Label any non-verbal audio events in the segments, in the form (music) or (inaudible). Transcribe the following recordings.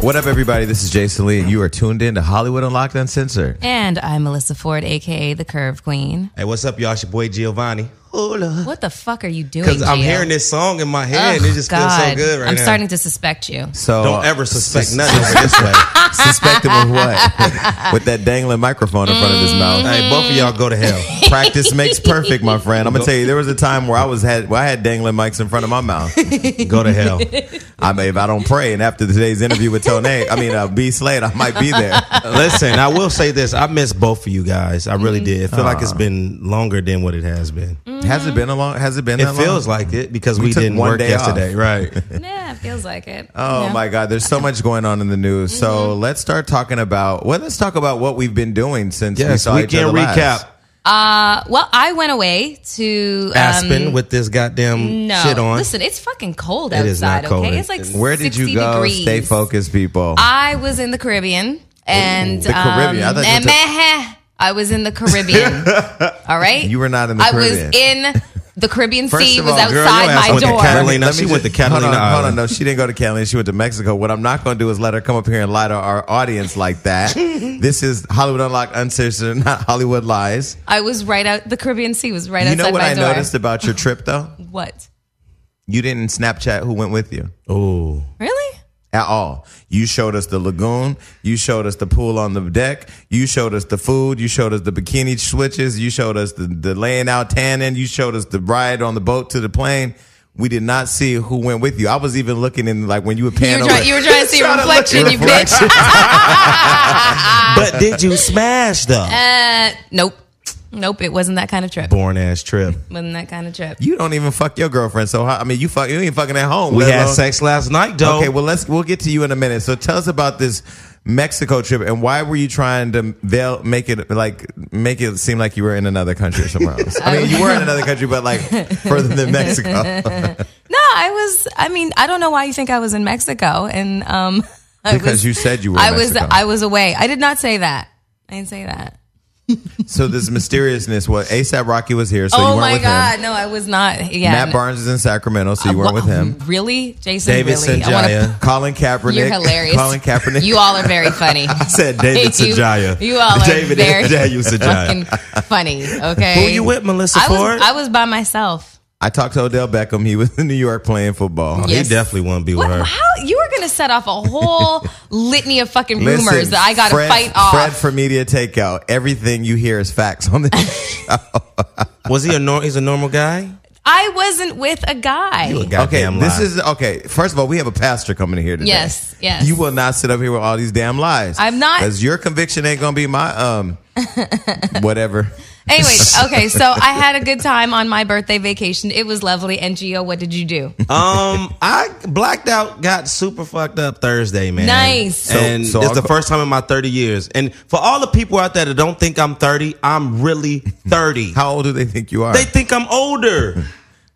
What up, everybody? This is Jason Lee, and you are tuned in to Hollywood Unlocked Uncensored. And I'm Melissa Ford, aka the Curve Queen. Hey, what's up, y'all? It's your boy Giovanni. Hola. What the fuck are you doing? Because I'm Gio? hearing this song in my Ugh, head, and it just feels so God. good right I'm now. starting to suspect you. So Don't ever suspect (laughs) sus- nothing over this way. Suspect him of what? (laughs) With that dangling microphone in front of his mouth. (laughs) Hey, both of y'all go to (laughs) hell. Practice makes perfect, my friend. I'm gonna tell you, there was a time where I was had where I had dangling mics in front of my mouth. go to hell. I mean, if I don't pray, and after today's interview with Tone, I mean, uh, B Slade, I might be there. Listen, I will say this: I miss both of you guys. I Mm-hmm. really did. It feel like it's been longer than what it has been. Has it been a long? Has it been? It that feels long? like it because We we, took didn't one work day yesterday, off. (laughs) right? Yeah, it feels like it. Oh Yeah. my God, there's so much going on in the news. So let's start talking about well, let's talk about what we've been doing since we yes, saw each weekend other recap. last. Uh, well, I went away to um, Aspen with this goddamn No, shit on. listen, it's fucking cold It is outside. not cold. Okay, it's like Where did 60 you go? Degrees. Stay focused, people. I was in the Caribbean and The Caribbean. I Um, thought you and were meh, I was in the (laughs) Caribbean. All right, You were not in the I Caribbean. was in the Caribbean First Sea. of Was all, girl, your outside ass my went to door. Carolina. She went to Catalina Hold on, hold on, Island. no, she didn't go to Catalina. She went to Mexico. What I'm not going to do is let her come up here and lie to our audience like (laughs) that. this is Hollywood Unlocked, uncensored, not Hollywood lies. I was right out. The Caribbean Sea was right You outside know what my I door. noticed about your trip though? What? You didn't Snapchat who went with you. Oh, Really? at all. You showed us the lagoon. You showed us the pool on the deck. You showed us the food. You showed us the bikini switches. You showed us the, the laying out tanning. You showed us the ride on the boat to the plane. We did not see who went with you. I was even looking in like when you were You panning. were, try, you were trying to (laughs) see a reflection, you bitch. but did you smash though? (laughs) Uh, nope. Nope, it wasn't that kind of trip. Born ass trip. Wasn't that kind of trip. You don't even fuck your girlfriend. So how, I mean, you fuck. You ain't fucking at home. We let had alone- sex last night, though. Okay, well let's we'll get to you in a minute. So tell us about this Mexico trip and why were you trying to veil make it like make it seem like you were in another country (laughs) somewhere else? I mean, you were in another country, but like further than Mexico. No, I was. I mean, I don't know why you think I was in Mexico, and um, (laughs) I Because was- you said you were in I was. Mexico. I was away. I did not say that. I didn't say that. So this mysteriousness. What ASAP Rocky was here, so you oh weren't my with god, him. no, I was not. Yeah, Matt Barnes is in Sacramento, so you Wha- weren't with him. (laughs) Really, Jason? David really? I wanna- (laughs) Sanjaya. Colin Kaepernick. You're hilarious. Colin Kaepernick. (laughs) You all are very funny. I said David (laughs) Sajaya. You, all are (laughs) David very Daniel fucking Sajaya. funny. Okay. Who you with, Melissa I Ford? was. I was by myself. I talked to Odell Beckham. He was in New York playing football. Yes. He definitely wouldn't be with What, her. how you were gonna set off a (laughs) whole litany of fucking rumors Listen, that I got to Fred- fight off? Fred for media takeout. Everything you hear is facts on (laughs) this. Was he a nor- he's a normal guy? I wasn't with a guy. You a Okay, goddamn this lie. is okay. First of all, we have a pastor coming in here today. Yes, yes. You will not sit up here with all these damn lies. I'm not- because your conviction ain't gonna be my um, whatever. Anyways, (laughs) okay, so I had a good time on my birthday vacation. It was lovely. And Gio, what did you (laughs) do? Um, I blacked out, got super fucked up Thursday, man. Nice. So- and so it's I'll the go- first time in my 30 years. And for all the people out there that don't think I'm 30, (laughs) I'm really 30. How old do they think you are? they think I'm (laughs) older.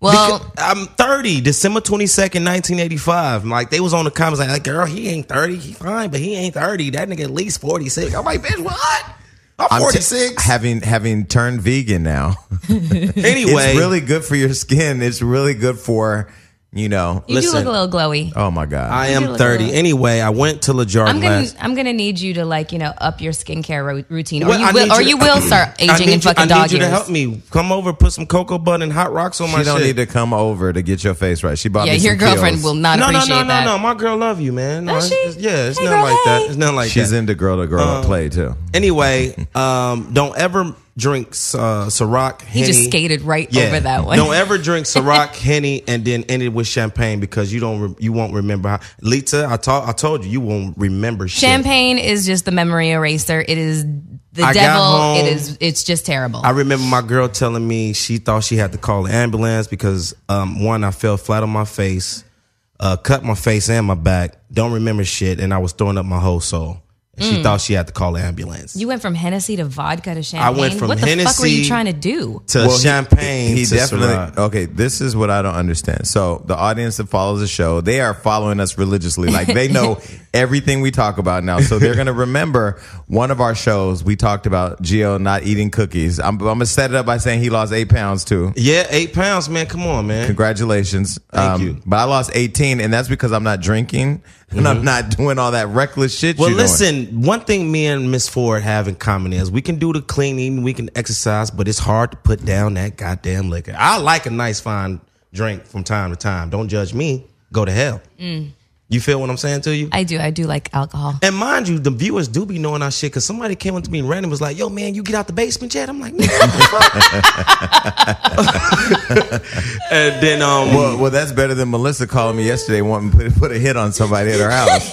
Well, Because I'm 30, December 22nd, 1985. I'm like, they was on the comments like, girl, he ain't 30. He fine, but he ain't 30. That nigga at least 46. I'm like, bitch, what? I'm I'm t- 46. having having turned vegan now. anyway, (laughs) It's really good for your skin. It's really good for you know. you do listen. look a little glowy. Oh my god! I You am look 30. good. Anyway, I went to LaJarde uh, I'm gonna, last. I'm gonna need you to like, you know, up your skincare ro- routine, or Well, you I will, need or to- you (coughs) will start I aging need in you- fucking dog I need you to years. help me. Come over, put some cocoa butter and hot rocks on my she don't shit. need to come over to get your face right. She bought Yeah, me some your girlfriend pills. will not no, no, appreciate no, no, that. no. My girl love you, man. No, Does it's- she? it's- yeah, it's Hey, nothing girl, like that. hey. It's nothing like She's that. into girl to girl Uh-huh. play too. (laughs) Anyway, um, don't ever drink uh, Ciroc. He Henny. just skated right over that one. Don't (laughs) ever drink Ciroc, Henny, and then end it with champagne because you don't re- you won't remember. How- Lita, I told I told you you won't remember shit. Champagne is just the memory eraser. It is the I got devil. home- It is. It's just terrible. I remember my girl telling me she thought she had to call an ambulance because um, one, I fell flat on my face, uh, cut my face and my back. Don't remember shit, and I was throwing up my whole soul. and she thought she had to call an ambulance. You went from Hennessy to vodka to champagne. went from what the fuck were you Hennessy trying to do? to Well, he- champagne. He, to definitely Ciroc. okay. This is what I don't understand. So the audience that follows the show, they are following us religiously. Like they (laughs) know everything we talk about now. So they're gonna remember one of our shows. We talked about Gio not eating cookies. I'm, I'm gonna set it up by saying he lost eight pounds too. Yeah, eight pounds, man. Come on, man. Congratulations. Um, Thank you. But I lost 18, and that's because I'm not drinking and I'm not doing all that reckless shit. Mm-hmm. Well, you're doing. listen. One thing me and Miss Ford have in common is we can do the cleaning, we can exercise, but it's hard to put down that goddamn liquor. I like a nice fine drink from time to time. Don't judge me. Go to hell. You feel what I'm saying to you? I do. I do like alcohol. and mind you, the viewers do be knowing our shit because somebody came up to me and random was like, "Yo, man, you get out the basement yet?" I'm like, "Nigga, what (laughs) the fuck?" (laughs) and then um, Well, well, that's better than Melissa calling me yesterday wanting to put, put a hit on somebody at her (laughs) house.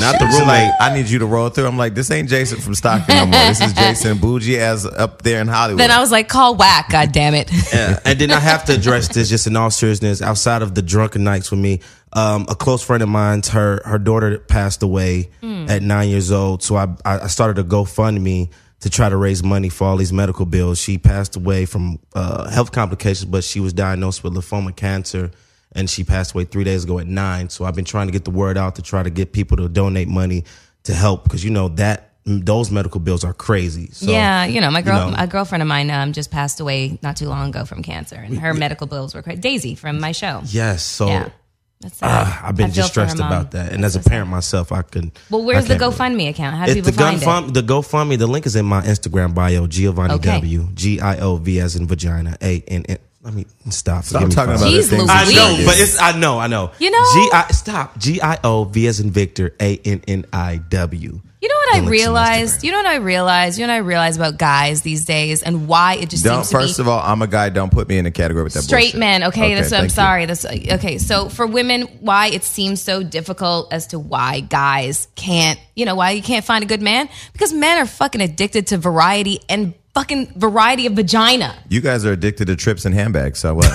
Not the roommate. Like, I need you to roll through. I'm like, this ain't Jason from Stockton no more. This (laughs) is Jason Bougie as up there in Hollywood. Then I was like, call whack. God damn (laughs) it. Yeah. and then I have to address this just in all seriousness. Outside of the drunken nights with me, um, a close friend of mine's her her daughter passed away Hmm. at nine years old. So I I I started a GoFundMe to try to raise money for all these medical bills. She passed away from uh, health complications, but she was diagnosed with lymphoma cancer. And she passed away three days ago at nine. So I've been trying to get the word out to try to get people to donate money to help because you know that those medical bills are crazy. So, yeah, you know, my girl, know. a girlfriend of mine um, just passed away not too long ago from cancer, and her medical bills were crazy. Daisy from my show. Yes. So ah, Yeah. That's sad. I've been I feel just for her stressed mom. about that. And as a parent myself, I can. Well, where's I the can't really- GoFundMe account? How do It's people the find it? GoFundMe. The GoFundMe. The link is in my Instagram bio. Giovanni Okay. W. G I O V as in vagina. A N N. Let me stop. Stop talking about Jeez, other things. I Louise. know, but it's I know, I know. You know- G I stop. G I O V as in Victor. A N N I W. You know what I Don't look so much realized? You know what I realized? You know what I realized about guys these days and why it just don't. seems to First be of all, I'm a guy. Don't put me in a category with that straight bullshit. men. Okay, that's what I'm thank you. sorry. That's okay. So for women, why it seems so difficult as to why guys can't, you know, why you can't find a good man? Because men are fucking addicted to variety and fucking variety of (laughs) vagina. You guys are addicted to trips and handbags. So what?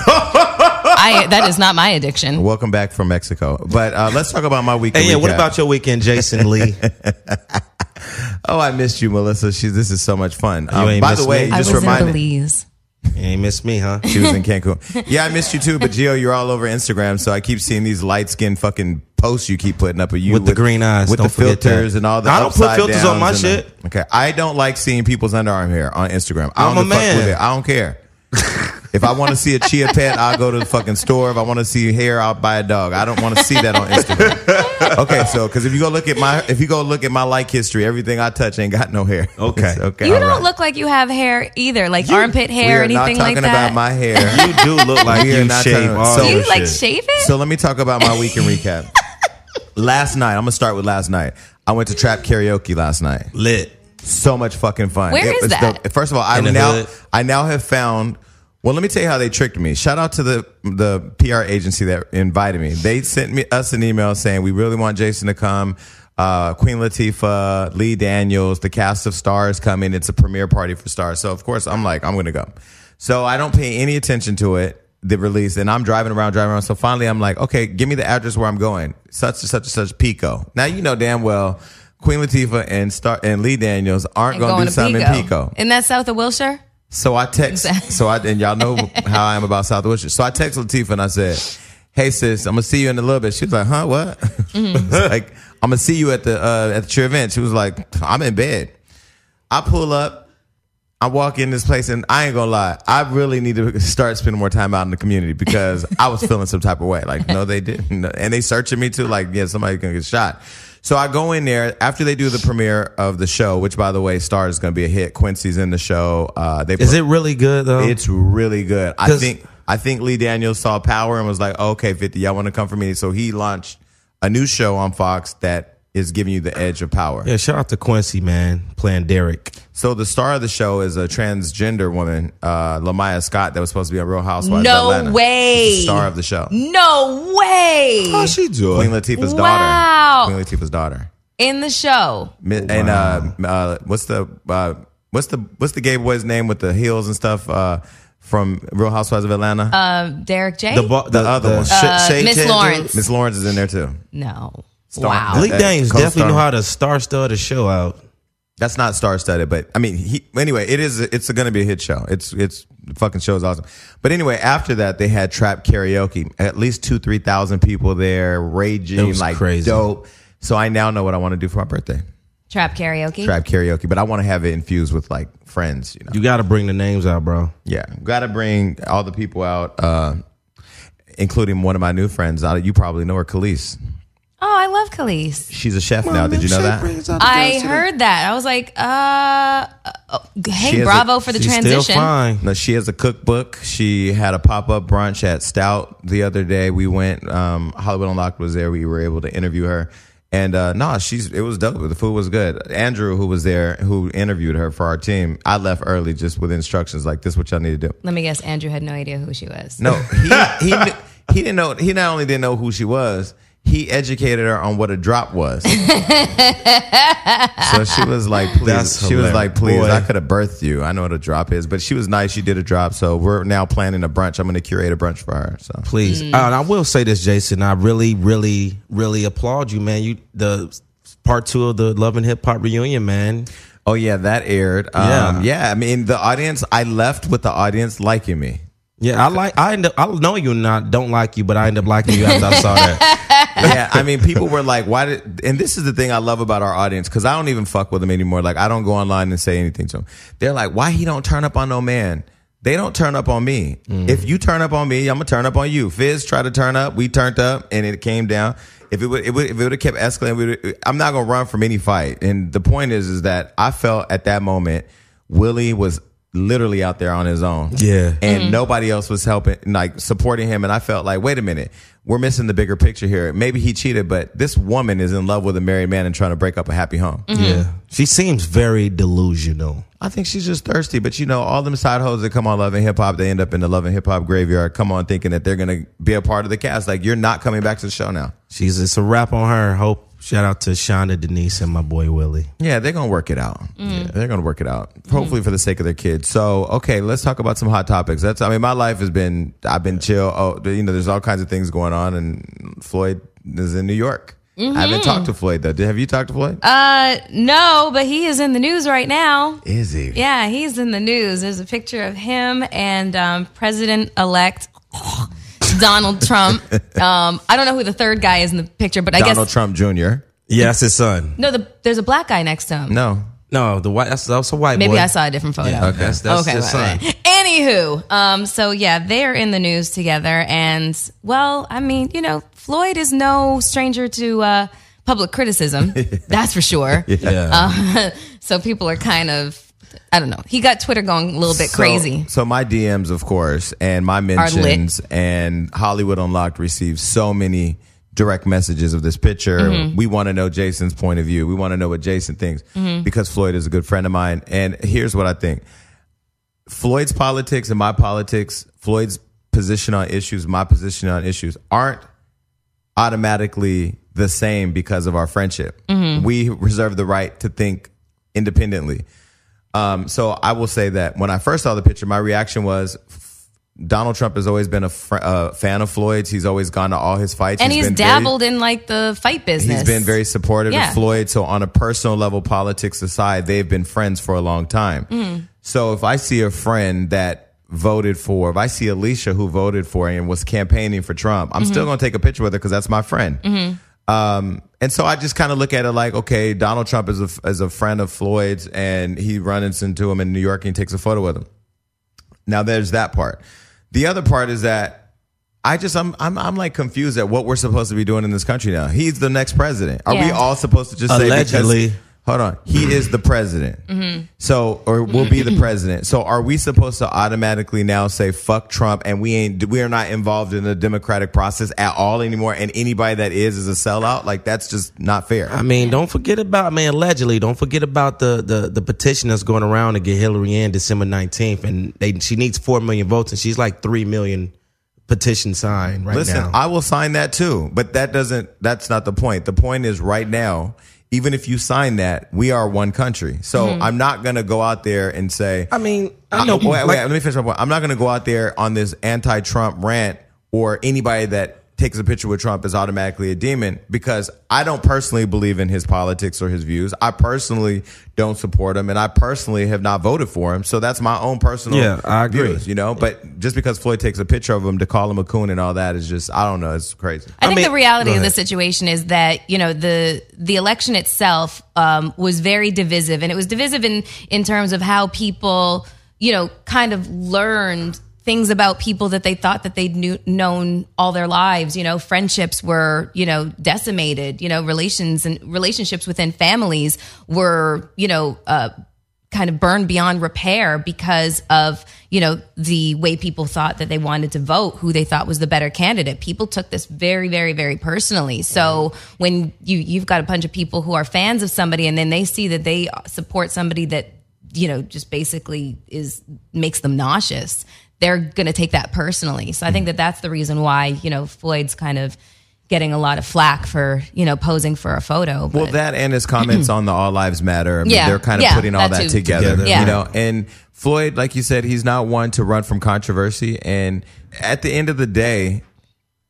(laughs) I that is not my addiction. Welcome back from Mexico. But uh, let's talk about my weekend. And yeah, what recap. about your weekend, Jason (laughs) Lee? Oh, I missed you, Melissa. She, this is so much fun. Um, ain't by the missed way, me. I just was in reminded. Belize. you ain't miss me, huh? She (laughs) was in Cancun. Yeah, I missed you too. But Gio, you're all over Instagram, so I keep seeing these light skinned fucking posts you keep putting up of you With the green eyes. with Don't the forget filters that. and all the. I don't put upside filters downs on my and the- shit. okay, I don't like seeing people's underarm hair on Instagram. I I'm don't a give fuck with man. it. I don't care. if I want to see a chia pet, I'll go to the fucking store. If I want to see hair, I'll buy a dog. I don't want to see that on Instagram. okay, so because if you go look at my if you go look at my like history, everything I touch ain't got no hair. (laughs) Okay. okay. You all don't right. look like you have hair either, like armpit We hair or are not anything talking like that. about my hair. You do look like We are you not shave talking- all so- Do your you like shit. shave it? So let me talk about my weekend recap. last night, I'm gonna start with last night. I went to trap karaoke last night. lit. So much fucking fun. Where Where is is that? first of all, I In the now hood. I now have found. Well, let me tell you how they tricked me. Shout out to the the PR agency that invited me. They sent me us an email saying we really want Jason to come. Uh, Queen Latifah, Lee Daniels, the cast of Stars coming. It's a premiere party for Stars. So of course I'm like I'm gonna go. So I don't pay any attention to it the release and I'm driving around, driving around. So finally I'm like, okay, give me the address where I'm going. Such and such and such Pico. Now you know damn well Queen Latifah and Star and Lee Daniels aren't And gonna do something in Pico. Isn't that south of Wilshire? So I text so I and y'all know how I am about South Wilshire. So I text Latifah and I said, Hey sis, I'm gonna see you in a little bit. She was like, huh, what? (laughs) It's like, I'm gonna see you at the uh, at your event. She was like, I'm in bed. I pull up, I walk in this place, and I ain't gonna lie, I really need to start spending more time out in the community because I was feeling some type of way. Like, no, they didn't, and they searching me too. Like, yeah, somebody's gonna get shot. So I go in there after they do the premiere of the show, which by the way, Star is gonna be a hit. Quincy's in the show. Uh, they Is it really good though? it's really good. I 'Cause- think I think Lee Daniels saw power and was like, "Okay, fifty, y'all want to come for me?" So he launched a new show on Fox that is giving you the edge of power. yeah, shout out to Quincy, man, playing Derek. So the star of the show is a transgender woman, uh, Lamia Scott, that was supposed to be on Real Housewives. No of Atlanta. way. She's the star of the show, No way. Oh, she Queen doing? Latifah's Wow. daughter. Queen Latifah's daughter. In the show. Mi- And uh, uh, what's the uh, what's the what's the gay boy's name with the heels and stuff uh, from Real Housewives of Atlanta? Derek J. The, bo- the, The other the one. sh- Uh, shade Uh, Miss tan dude? Lawrence. Miss Lawrence is in there too. no. Wow. Bleak Danes co-star. definitely knew how to star stud a show out. That's not star studded, but I mean, he, anyway, it is. It's going to be a hit show. It's it's the fucking show is awesome. But anyway, after that, they had trap karaoke. At least two three thousand people there, It raging was like crazy. dope. So I now know what I want to do for my birthday. Trap karaoke. Trap karaoke, but I want to have it infused with like friends. You know, You got to bring the names out, bro. yeah, got to bring all the people out, uh, including one of my new friends. Uh, You probably know her, Khalees. Oh, I love Khalees. She's a chef now. Did you know that? I heard that. I was like, uh, uh, oh, She hey, has a- bravo for the She's transition. still fine. No, she has a cookbook. She had a pop up brunch at Stout the other day. We went. Um, Hollywood Unlocked was there. We were able to interview her. And uh, no, she's it was dope. The food was good. Andrew, who was there, who interviewed her for our team, I left early just with instructions like this: is what y'all need to do. Let me guess. Andrew had no idea who she was. No, (laughs) he he, kn- he didn't know. He not only didn't know who she was, he educated her on what a drop was. so she was like, "Please," That's she was hilarious. like, "Please, Boy. I could have birthed you. I know what a drop is." But she was nice. She did a drop. So we're now planning a brunch. I'm going to curate a brunch for her. So Please. Mm. Uh, and I will say this, Jason. I really, really, really applaud you, man. You the part two of the Love and Hip Hop reunion, man. Oh yeah, that aired. Um, yeah. I mean, the audience. I left with the audience liking me. Yeah, I like. I end up. I know you not don't like you, but I end up liking you after I (laughs) saw that. yeah, I mean, people were like, "Why did?" And this is the thing I love about our audience because I don't even fuck with them anymore. Like, I don't go online and say anything to them. They're like, "Why he don't turn up on no man?" They don't turn up on me. If you turn up on me, I'm gonna turn up on you. Fizz tried to turn up, we turned up, and it came down. If it would, it would, if it would have kept escalating, we would, I'm not gonna run from any fight. And the point is, is that I felt at that moment Willie was literally out there on his own Yeah. and nobody else was helping like supporting him and i felt like wait a minute we're missing the bigger picture here maybe he cheated but this woman is in love with a married man and trying to break up a happy home Yeah, she seems very delusional. i think she's just thirsty but you know all them side hoes that come on love and hip hop they end up in the love and hip hop graveyard come on thinking that they're gonna be a part of the cast like you're not coming back to the show now She's it's a wrap on her. Hope shout out to Shonda Denise and my boy Willie. yeah they're gonna work it out Mm. yeah, they're gonna work it out hopefully for the sake of their kids so okay let's talk about some hot topics that's i mean my life has been i've been chill oh you know there's all kinds of things going on and floyd is in new york i haven't talked to floyd though Did- have you talked to floyd Mm-hmm. Uh, no, but he is in the news right now. is he Yeah, he's in the news. There's a picture of him and um, President elect Donald (laughs) Trump. Um, I don't know who the third guy is in the picture, but I donald guess trump jr Yeah, that's his son. no. The, there's a black guy next to him. no No, the white. That's, that's a white Maybe boy. I saw a different photo. Yeah, that's, that's okay. his wait, son. wait. Anywho, um, so yeah, they're in the news together, and well, I mean, you know, Floyd is no stranger to uh, public criticism. that's for sure. Yeah. uh-huh. So people are kind of, I don't know. He got Twitter going a little bit So- crazy. So my DMs, of course, and my lit. mentions and Hollywood Unlocked received so many direct messages of this picture. Mm-hmm. We want to know Jason's point of view. We want to know what Jason thinks Mm-hmm. because Floyd is a good friend of mine. And here's what I think. Floyd's politics and my politics, Floyd's position on issues, my position on issues aren't automatically the same because of our friendship. Mm-hmm. We reserve the right to think independently. Um, so I will say that when I first saw the picture, my reaction was f- Donald Trump has always been a fr- uh, fan of Floyd's. He's always gone to all his fights, and he's, been very- dabbled in like the fight business. He's been very supportive Yeah. of Floyd. So on a personal level, politics aside, they've been friends for a long time. Mm. So if I see a friend that voted for, if I see Alicia who voted for and was campaigning for Trump, I'm Mm-hmm. still going to take a picture with her because that's my friend. Um, and so I just kind of look at it like, okay, Donald Trump is a, is a friend of Floyd's and he runs into him in New York and he takes a photo with him. Now there's that part. The other part is that I just I'm I'm I'm like confused at what we're supposed to be doing in this country now. He's the next president. Are we Yeah. all supposed to just say because- Allegedly. hold on, he is the president. So or will be the president. So are we supposed to automatically now say fuck Trump and we ain't we are not involved in the democratic process at all anymore? And anybody that is is a sellout. Like that's just not fair. I mean, don't forget about I mean, allegedly, don't forget about the the the petition that's going around to get Hillary in December nineteenth, and they she needs four million votes, and she's like three million petition signed right Listen, now. I will sign that too, but that doesn't. That's not the point. The point is right now. Even if you sign that, we are one country. So Mm-hmm. I'm not going to go out there and say, I mean, I know. wait, wait, (laughs) like, let me finish my point. I'm not going to go out there on this anti-Trump rant or anybody that takes a picture with Trump is automatically a demon because I don't personally believe in his politics or his views. I personally don't support him, and I personally have not voted for him. So that's my own personal Yeah, I agree. views, you know. But just because Floyd takes a picture of him to call him a coon and all that is just I don't know. It's crazy. I think mean- the reality Go of the ahead. situation is that you know the the election itself um, was very divisive, and it was divisive in in terms of how people you know kind of learned things about people that they thought that they'd knew, known all their lives. You know, friendships were you know decimated. You know, relations and relationships within families were you know. Uh, kind of burned beyond repair because of you know the way people thought that they wanted to vote who they thought was the better candidate people took this very very very personally so when you you've got a bunch of people who are fans of somebody and then they see that they support somebody that you know just basically is makes them nauseous they're going to take that personally so i think that that's the reason why you know floyd's kind of getting a lot of flack for you know posing for a photo Well, but- that and his comments (clears throat) on the All Lives Matter. I mean, Yeah, they're kind of yeah, putting all that that, too. together, Together. Yeah. you know. And Floyd, like you said, he's not one to run from controversy. And at the end of the day,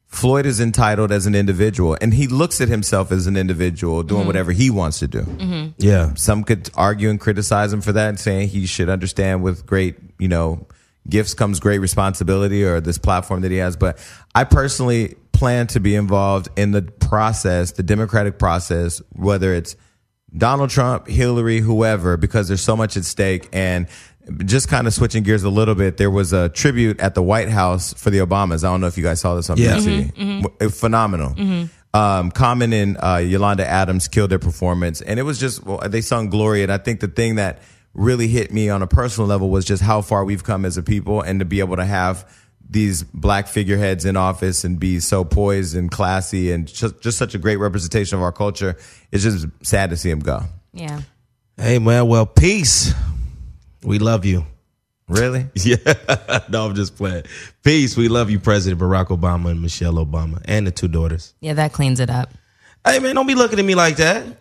Floyd is entitled as an individual, and he looks at himself as an individual Mm-hmm. doing whatever he wants to do. Yeah. Some could argue and criticize him for that, and saying he should understand with great, you know, gifts comes great responsibility or this platform that he has. But I personally plan to be involved in the process, the democratic process, whether it's Donald Trump, Hillary, whoever, because there's so much at stake. And just kind of switching gears a little bit, there was a tribute at the White House for the Obamas. I don't know if you guys saw this on Yeah. BBC. W- eh, Phenomenal. Um, Common and uh, Yolanda Adams killed their performance. And it was just, well, they sung Glory. And I think the thing that really hit me on a personal level was just how far we've come as a people and to be able to have these black figureheads in office and be so poised and classy and just, just such a great representation of our culture. It's just sad to see him go. yeah Hey man, well, peace. We love (laughs) you. Really? no, I'm just playing. Peace. We love you, President Barack Obama and Michelle Obama and the two daughters. yeah that cleans it up Hey man, don't be looking at me like that.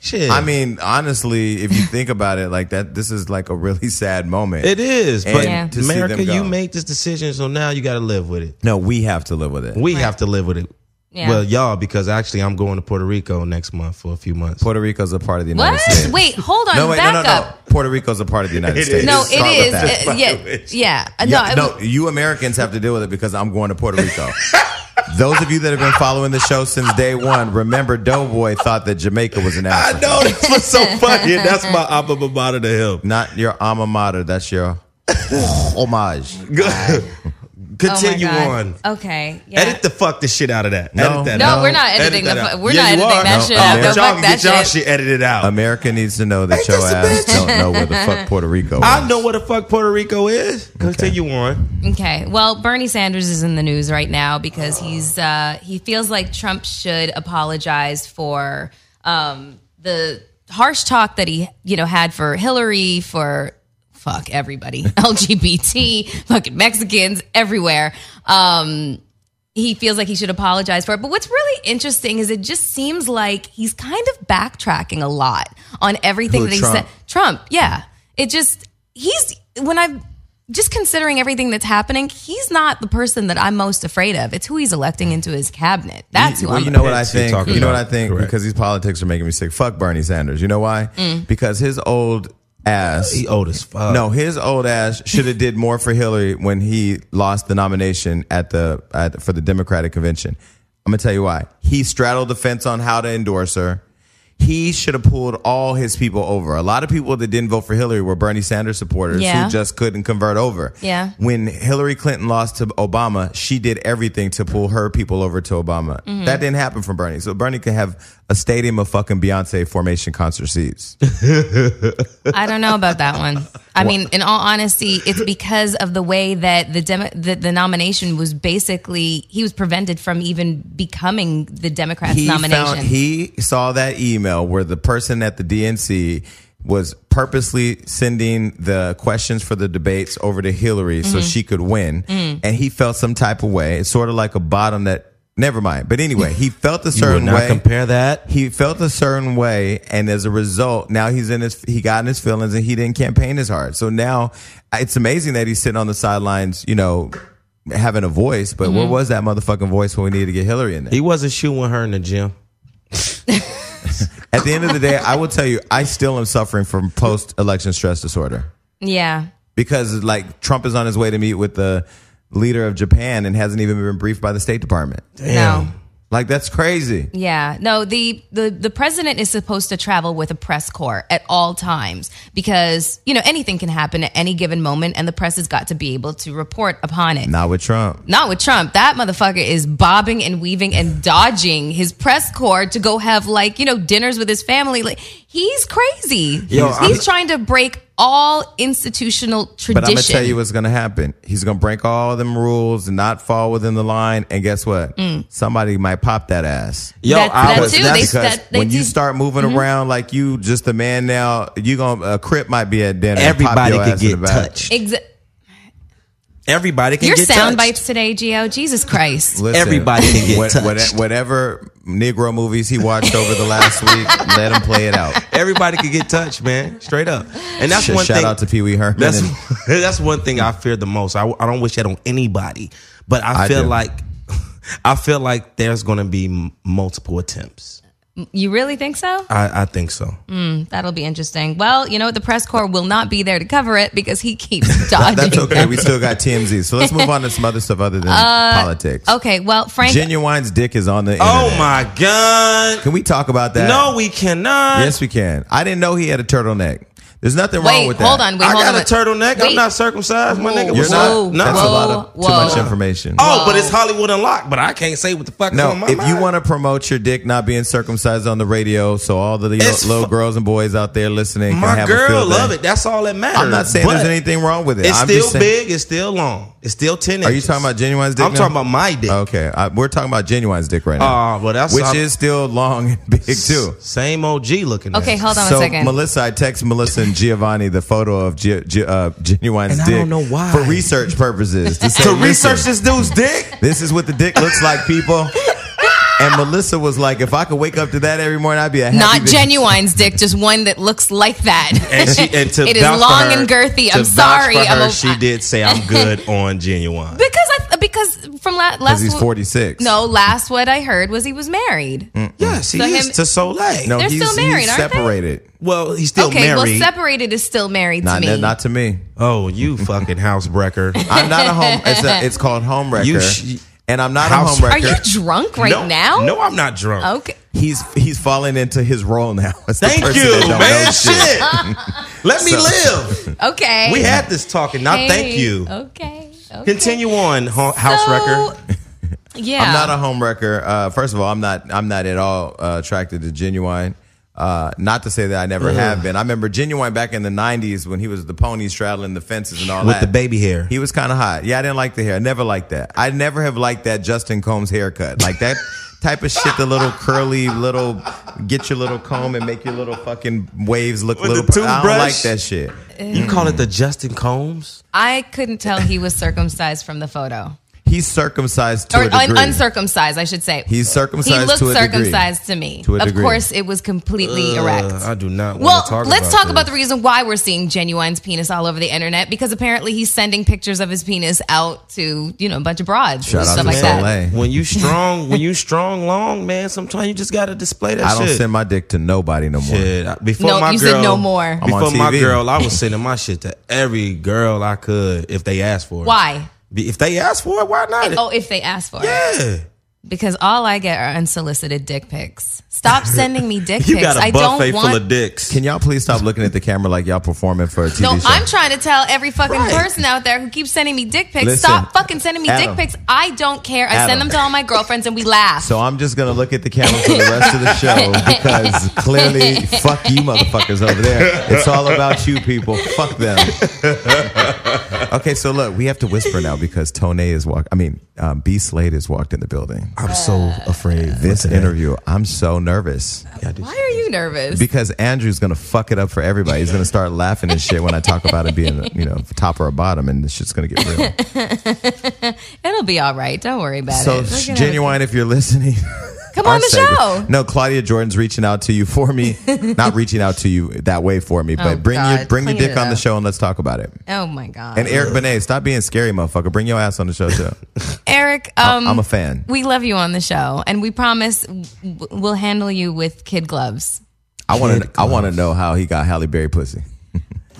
Shit. I mean, honestly, if you think about it like that, this is like a really (laughs) sad moment. it is, but Yeah. to see them America, go. you make this decision, so now you got to live with it. no, we have to live with it. We have to live with it. Yeah. Well, y'all, because actually, I'm going to Puerto Rico next month for a few months. Puerto Rico's a part of the United What? States. Wait, hold on. no, wait, no, back no, no. up. Puerto Rico's a part of the United It States. is. No, Start with it is. that. Uh, yeah, yeah. No, Yeah, I- no, you Americans have to deal with it because I'm going to Puerto (laughs) Rico. Those of you that have been following the show since day one, remember Doughboy thought that Jamaica was an I Africa. know that's (laughs) what's so funny. and That's my alma mater to help. Not your alma mater. That's your (sighs) homage. Good. oh my Continue God. on. Okay. Yeah. Edit the fuck the shit out of that. No. Edit that no, out. we're not Edit editing that the. out. Fu- we're Yeah, not editing you are. that No, shit oh, out. man. No, But y'all fuck can that get y'all shit. shit edited out. America needs to know that your this a ass bitch? don't know where the (laughs) fuck Puerto Rico is. I know what the fuck Puerto Rico is. Continue on. Okay. Well, Bernie Sanders is in the news right now because he's uh, he feels like Trump should apologize for um, the harsh talk that he you know had for Hillary for fuck everybody (laughs) LGBT fucking Mexicans everywhere. Um, he feels like he should apologize for it. But what's really interesting is it just seems like he's kind of backtracking a lot on everything Who, that he Trump? said. Trump, yeah. It just he's when I've just considering everything that's happening, he's not the person that I'm most afraid of. It's who he's electing into his cabinet. That's who well, I'm. you know what I That's who you're think. talking You know what about. I think Correct. because these politics are making me sick. Fuck Bernie Sanders. You know why? Mm. Because his old ass. He old as fuck. no, his old ass should have did more for Hillary when he lost the nomination at the at, for the Democratic convention. I'm gonna tell you why. He straddled the fence on how to endorse her. He should have pulled all his people over. A lot of people that didn't vote for Hillary were Bernie Sanders supporters Yeah. who just couldn't convert over. Yeah. When Hillary Clinton lost to Obama, she did everything to pull her people over to Obama. Mm-hmm. That didn't happen from Bernie. So Bernie could have a stadium of fucking Beyonce formation concert seats. (laughs) I don't know about that one. I mean, in all honesty, it's because of the way that the demo, the, the nomination was basically he was prevented from even becoming the Democrats' nomination. Found, he saw that email where the person at the DNC was purposely sending the questions for the debates over to Hillary so she could win. And he felt some type of way. It's sort of like a bottom that, never mind. But anyway, he felt a you would certain not way. compare that. he felt a certain way, and as a result, now he's in his he got in his feelings, and he didn't campaign as hard. So now it's amazing that he's sitting on the sidelines, you know, having a voice, but where was that motherfucking voice when we needed to get Hillary in there? He wasn't shooing her in the gym. At the end of the day, I will tell you, I still am suffering from post-election stress disorder. Yeah. because like Trump is on his way to meet with the leader of Japan and hasn't even been briefed by the State Department. No. Like that's crazy. Yeah. No, the, the the president is supposed to travel with a press corps at all times because, you know, anything can happen at any given moment and the press has got to be able to report upon it. Not with Trump. Not with Trump. That motherfucker is bobbing and weaving (laughs) and dodging his press corps to go have like, you know, dinners with his family. Like he's crazy. Yo, he's I'm- he's trying to break all institutional tradition. But I'm gonna tell you what's gonna happen. He's gonna break all them rules and not fall within the line. And guess what? Somebody might pop that ass. Yo, That- I that was too, that's they- because Mm. that- they Mm-hmm. when you do- start moving around like you just a man now, you gonna a crip might be at dinner. and pop everybody your could ass in get the back. touched. Exa- Everybody can your get sound touched. bites today, Gio. Jesus Christ. Listen, Everybody can get what- what- touched. whatever Negro movies he watched over the (laughs) last week, let him play it out. Everybody could get touched, man. Straight up. And that's Shout one thing. out to Pee Wee Herman. (laughs) That's and- that's one thing I fear the most. I, I don't wish that on anybody, but I I feel do. like (laughs) I feel like there's going to be m- multiple attempts. Mm. You really think so? I, I think so. That'll be interesting. Well, you know what? The press corps will not be there to cover it because he (laughs) keeps (laughs) dodging. That's okay. We still got TMZ. So let's move on to some other stuff other than politics. (laughs) Uh, Okay, well, Frank. Genuine's dick is on the internet. Oh my god! Can we talk about that? No, we cannot. Yes, we can. I didn't know he had a turtleneck. There's nothing wrong Wait, with that. hold on. Wait, I hold got on. a turtleneck. Wait. I'm not circumcised, my nigga. You're You're What's not. Whoa, up? No. that's a lot of whoa, too much whoa. information. Oh, Whoa. but it's Hollywood Unlocked. But I can't say what the fuck. is no, on my if you mind. want to promote your dick not being circumcised on the radio, so all the little, It's little fu- girls and boys out there listening can my have a girl field day. love it. That's all that matters. I'm not saying But there's anything wrong with it. It's I'm still just saying, big. It's still long. It's still ten. Are you inches. talking about genuine's dick? I'm now? talking about my dick. Okay, I, we're talking about genuine's dick right now, Ah, well, that's which I'm- is still long and big too. Same OG looking. Okay, at. hold on so a second. Melissa, I text Melissa and Giovanni the photo of G- G- uh, Genuine's And I dick. don't know why. For research purposes. (laughs) To, say, to "Listen, research this dude's dick. This is what the dick looks like, (laughs) people. and Melissa was like, if I could wake up to that every morning, I'd be a happy Not bitch." genuine's dick, just one that looks like that. (laughs) And (laughs) she and (laughs) to it is vouch for long her- and girthy. to I'm vouch sorry. For I'm her, a- (laughs) she did say I'm good on genuine. because I, because from la- last Because he's 46. No, last what I heard was he was married. Yes, he So is him- to Soleil. no They're he's, still married, he's aren't they? separated. well, he's still okay, Oh, married. well, separated is still married Not, to me. not to me. oh, you (laughs) fucking housebreaker. I'm not a home. It's, a, it's called home wrecker. You sh- and I'm not House- a home Are wrecker. you drunk right no, now? No, I'm not drunk. Okay. he's he's falling into his role now. (laughs) As the Thank person you, that don't know man. shit. Shit. Let me live. Okay. We had this talking. Now, thank Hey, you. Okay. okay. Continue on, ho- house So, (laughs) wrecker. Yeah. I'm not a homewrecker. Uh, first of all, I'm not. I'm not at all uh, attracted to genuine. Uh, not to say that I never have been. I remember genuine back in the '90s when he was the pony straddling the fences and all With that. the baby hair. he was kind of hot. Yeah, I didn't like the hair. I never liked that. I never have liked that Justin Combs haircut. Like that type of shit. The little curly little get your little comb and make your little fucking waves look With the little. I don't toothbrush? like that shit. You call it the Justin Combs? I couldn't tell he was circumcised from the photo. He's circumcised to or a un- degree. uncircumcised, I should say. He's circumcised He looked to a degree. circumcised to me. To a of degree. course, it was completely erect. Uh, I do not. wanna well, talk let's about talk this. about the reason why we're seeing Genuine's penis all over the internet because apparently he's sending pictures of his penis out to you know a bunch of broads Shout and out stuff to like Soleil. that. When (laughs) you strong, when you strong long, man, sometimes you just gotta display that I don't shit. send my dick to nobody no more. Shit. I- Before No, my you girl, said no more. I'm on Before my TV. girl, I was sending my shit to every girl I could if they asked for it. Why? Be- If they asked for it, why not? Oh, if they ask for it, yeah. because all I get are unsolicited dick pics. (laughs) Stop sending me dick You pics. got I a don't buffet want. full of dicks. Can y'all please stop looking at the camera like y'all performing for a TV no, show? I'm trying to tell every fucking Right. person out there who keeps sending me dick pics. Listen, stop fucking sending me Adam. dick pics. I don't care. I Adam. send them to all my girlfriends and we laugh. so I'm just gonna look at the camera for the rest of the show because clearly, fuck you, motherfuckers over there. It's all about you, people. Fuck them. okay, so look, we have to whisper now because Tone is walk. I mean, um, B Slade has walked in the building. I'm so Uh, afraid. This of that. interview, I'm so nervous Yeah, I do. Why are you nervous? because Andrew's gonna fuck it up for everybody. He's gonna start laughing and shit when I talk about it being, you know, top or bottom, and this shit's gonna get real. It'll be all right. Don't worry about So, it. We're gonna have a- genuine, if you're listening, (laughs) Come on our the segment. show. No, Claudia Jordan's reaching out to you for (laughs) me. Not reaching out to you that way for me, but bring your Oh, God. bring your Clean dick it on the up. show and let's talk about it. Oh my god. And Eric Benet, stop being scary, motherfucker. Bring your ass on the show, too. Eric, (laughs) um, I'm a fan. we love you on the show, and we promise w- we'll handle you with kid gloves. I want Kid to. I want to know how he got Halle Berry pussy.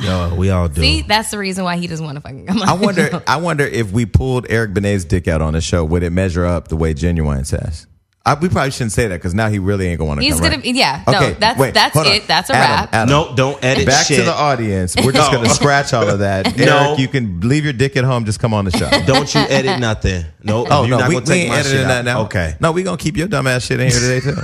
Yo, we all do. See, that's the reason why he doesn't want to fucking come on. I wonder. I wonder if we pulled Eric Benet's dick out on the show, would it measure up the way Genuine says? I, we probably shouldn't say that because now he really ain't going to. (laughs) He's come gonna right. be yeah. no, that's wait, that's hold on. it. That's a Adam, wrap. Adam, No, don't edit Back shit. to the audience. We're just (laughs) No. going to scratch all of (laughs) that. No. Eric, you can leave your dick at home. Just come on the show. don't you edit nothing. No, (laughs) Oh you're no, not we, gonna we take ain't my editing shit that out. now. Okay. No, we gonna keep your dumb ass shit in here today too.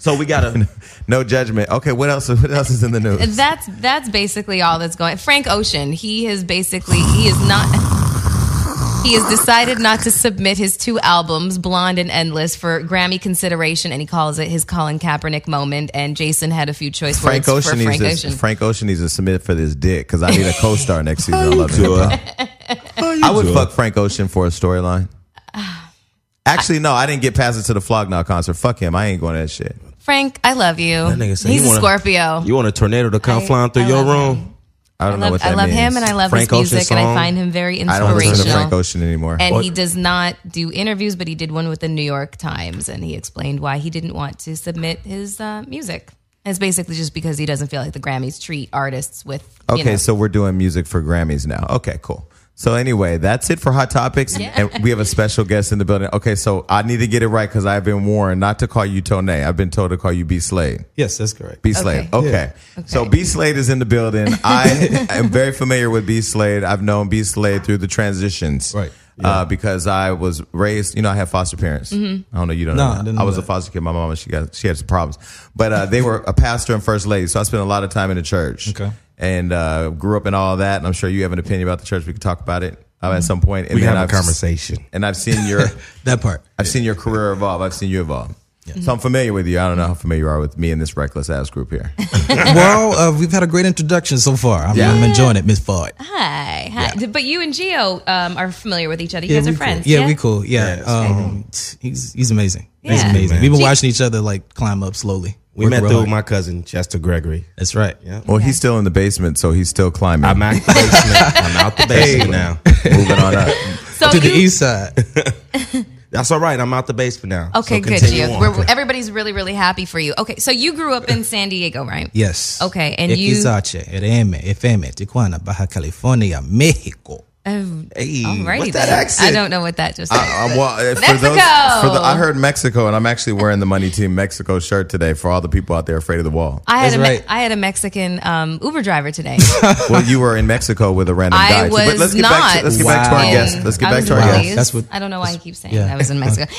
So we gotta (laughs) no judgment. Okay, what else? What else is in the news? That's that's basically all that's going. Frank Ocean, he has basically he is not he has decided not to submit his two albums, Blonde and Endless, for Grammy consideration, and he calls it his Colin Kaepernick moment. And Jason had a few choice Frank words Ocean for needs Frank this, Ocean. Frank Ocean needs to submit for this dick because I need a (laughs) co-star next season. (laughs) I love it. I would fuck Frank Ocean for a (sighs) storyline. Actually, no, I didn't get past it to the Flognaw concert. Fuck him. I ain't going to that shit. Frank, I love you. nigga said He's he a wanna- Scorpio. you want a tornado to come flying through I your love room. him. I I don't know love, what I that love means. him and I love Frank his Ocean's music and I song. find him very I don't listen to Frank inspirational. Ocean anymore. And What? he does not do interviews, but he did one with the New York Times, and he explained why he didn't want to submit his uh, music. It's basically just because he doesn't feel like the Grammys treat artists with. You Okay, know. so we're doing music for Grammys now. Okay, cool. So anyway, that's it for Hot Topics, and we have a special guest in the building. Okay, so I need to get it right because I've been warned not to call you Tone. I've been told to call you B Slade. Yes, that's correct. B Slade. Okay. So Okay. B Slade is in the building. I am very familiar with B Slade. I've known B Slade through the transitions. Right. Uh, because I was raised, you know, I had foster parents. I don't know, you don't No, I know. didn't I know was a that. foster kid. My mama, she got, she had some problems, but uh, they were a pastor and first lady, so I spent a lot of time in the church. Okay. and uh, grew up in all that. And I'm sure you have an opinion about the church. We could talk about it uh, at some point. And We then can have a I've- conversation. And I've seen your That (laughs) part. I've seen your career evolve. I've seen you evolve. So I'm familiar with you. I don't know how familiar you are with me and this reckless ass group here. well, uh, we've had a great introduction so far. I'm, Yeah. I'm enjoying it, Miss Ford. Ah, hi, hi. But you and Gio um, are familiar with each other. You guys are we cool. friends. Yeah, we cool. Yeah, Yeah, um, he's he's amazing. He's Yeah. amazing. Man. We've been Gee. watching each other like climb up slowly. We Work met real through hard. my cousin Chester Gregory. That's right. Well, he's still in the basement, so he's still climbing. I'm out (laughs) the basement. I'm out the basement now. moving on (laughs) up. So To the Oh, you- east side. (laughs) That's all right. I'm out the basement now. Okay, So good, continue Gio. on. We're, everybody's really, really happy for you. Okay, so you grew up in San Diego, right? Yes. Okay, and you- Equisache, Ereme, Efeme, Tijuana, Baja California, Mexico. Hey, Alrighty what's that then. accent? I don't know what that just. Uh, well, uh, for Mexico! those, for the, I heard Mexico, and I'm actually wearing the Money Team Mexico shirt today for all the people out there afraid of the (laughs) wall. I had That's a Me- right. I had a Mexican um, Uber driver (laughs) today. well, you were in Mexico with a random I guy. too. was but let's get back to, not let's get back to our Wow. guest. Let's get I back was to our in Wow. guest. Belize. That's what- I don't know why I keep saying yeah. I was in Mexico.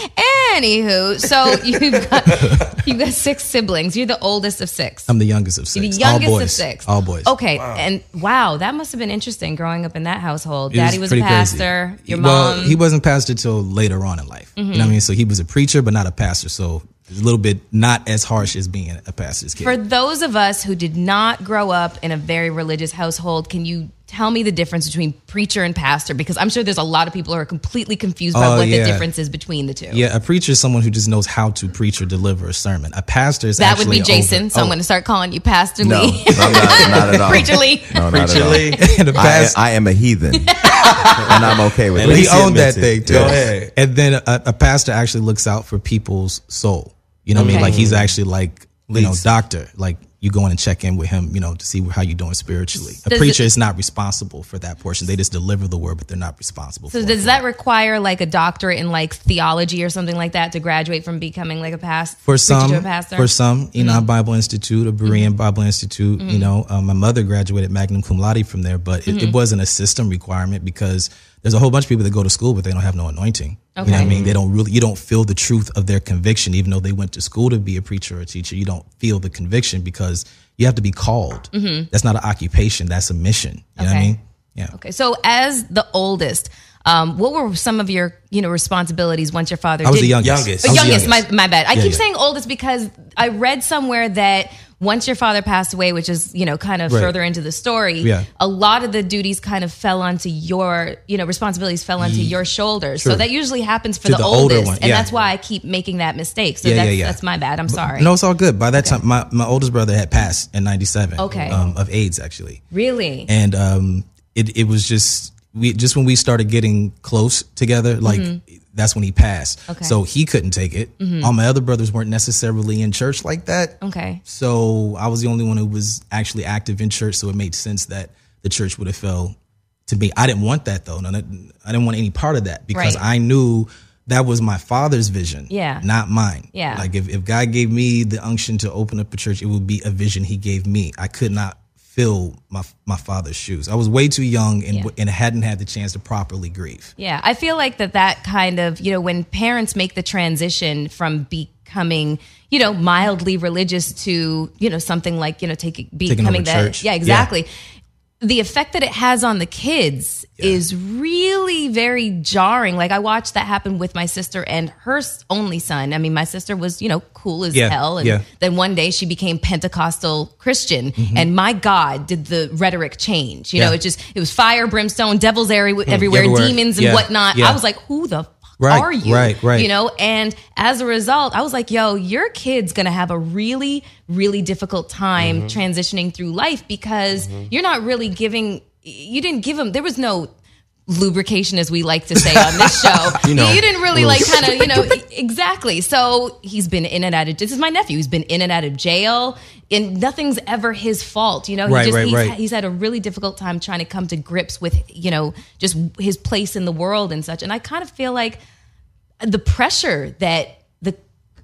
Anywho, so (laughs) you've got you got six siblings. You're the oldest of six. I'm the youngest of six. the youngest All boys. of six. All boys. Okay, and wow, that must have been interesting growing up in that household. It Daddy was, a pretty crazy. pastor. Your well, mom. Mm-hmm. he wasn't pastor till later on in life. You know what I mean? So he was a preacher, but not a pastor. So it's a little bit not as harsh as being a pastor's kid. For those of us who did not grow up in a very religious household, can you? Tell me the difference between preacher and pastor because I'm sure there's a lot of people who are completely confused by Oh, what yeah. the difference is between the two. yeah, a preacher is someone who just knows how to preach or deliver a sermon. A pastor is That would be actually Jason, over- Oh. so I'm going to start calling you Pastor No, (laughs) Lee. I'm not, not at all. Preacher (laughs) Lee. No, not at all. Actually, and a I, pastor, I am a (laughs) heathen, and I'm okay with At he it. least- he owned that admits it. thing too. Go ahead. And then a, a pastor actually looks out for people's soul. You know what I Okay. mean? Like he's actually like you know Leads. doctor. Like you go in and check in with him. You know to see how you doing spiritually. A Does preacher it- is not responsible for that portion. They just deliver the word, but they're not responsible. So for does it. that require like a doctorate in like theology or something like that to graduate from becoming like a past for preacher some to a pastor? Mm-hmm. for some you know bible institute a berean bible institute you know um, my mother graduated magna cum laude from there but it, Mm-hmm. it wasn't a system requirement because there's a whole bunch of people that go to school but they don't have no anointing you know what i Okay. mean they don't really you don't feel the truth of their conviction even though they went to school to be a preacher or a teacher you don't feel the conviction because you have to be called that's not an occupation that's a mission you know what i Mm-hmm. Okay. mean yeah okay, so as the oldest, um, what were some of your you know responsibilities once your father? i was did, Oh, the youngest Youngest. I was the Youngest, my, my bad. I keep yeah. saying oldest because I read somewhere that once your father passed away, which is you know kind of Right. further into the story, Yeah. a lot of the duties kind of fell onto your you know responsibilities fell onto your shoulders. So True. that usually happens for To the, the older oldest, one, and yeah. that's why I keep making that mistake. So Yeah, that's yeah, yeah. that's my bad. I'm sorry. No, it's all good. By that time, my, my oldest brother had passed in '97. Okay. um, of AIDS actually, really. and um, it it was just we just when we started getting close together, like that's when he passed. Okay. so he couldn't take it. All my other brothers weren't necessarily in church like that. okay. So I was the only one who was actually active in church. So it made sense that the church would have fell to me. I didn't want that though. None of- I didn't want any part of that because Right. I knew that was my father's vision. Yeah. Not mine. Yeah. Like if, if God gave me the unction to open up a church, it would be a vision he gave me. I could not fill my, my father's shoes. I was way too young and, Yeah. and hadn't had the chance to properly grieve. Yeah, I feel like that that kind of, you know, when parents make the transition from becoming, you know, mildly religious to, you know, something like, you know, take, becoming over that. church. Yeah, Yeah. exactly. The effect that it has on the kids is really very jarring. Like I watched that happen with my sister and her s- only son. I mean, my sister was, you know, cool as Yeah, hell and yeah. Mm-hmm. then one day she became Pentecostal Christian, and my God, did the rhetoric change? You know, Yeah. Hmm. it just it was fire, brimstone, devil's every, everywhere, everywhere. demons and Yeah, whatnot. yeah. I was like, who the fuck Right, are you? right, right. You know, and as a result, I was like, yo, your kid's gonna have a really, really difficult time Mm-hmm. transitioning through life because you're not really giving. You didn't give them. There was no lubrication as we like to say on (laughs) this show. you, know, you didn't really like kind of, you know, e- exactly. So he's been in and out of, this is my nephew. He's been in and out of jail and nothing's ever his fault. You know, he Right, just, right, he's, right. he's had a really difficult time trying to come to grips with, you know, just his place in the world and such. And I kind of feel like the pressure that the,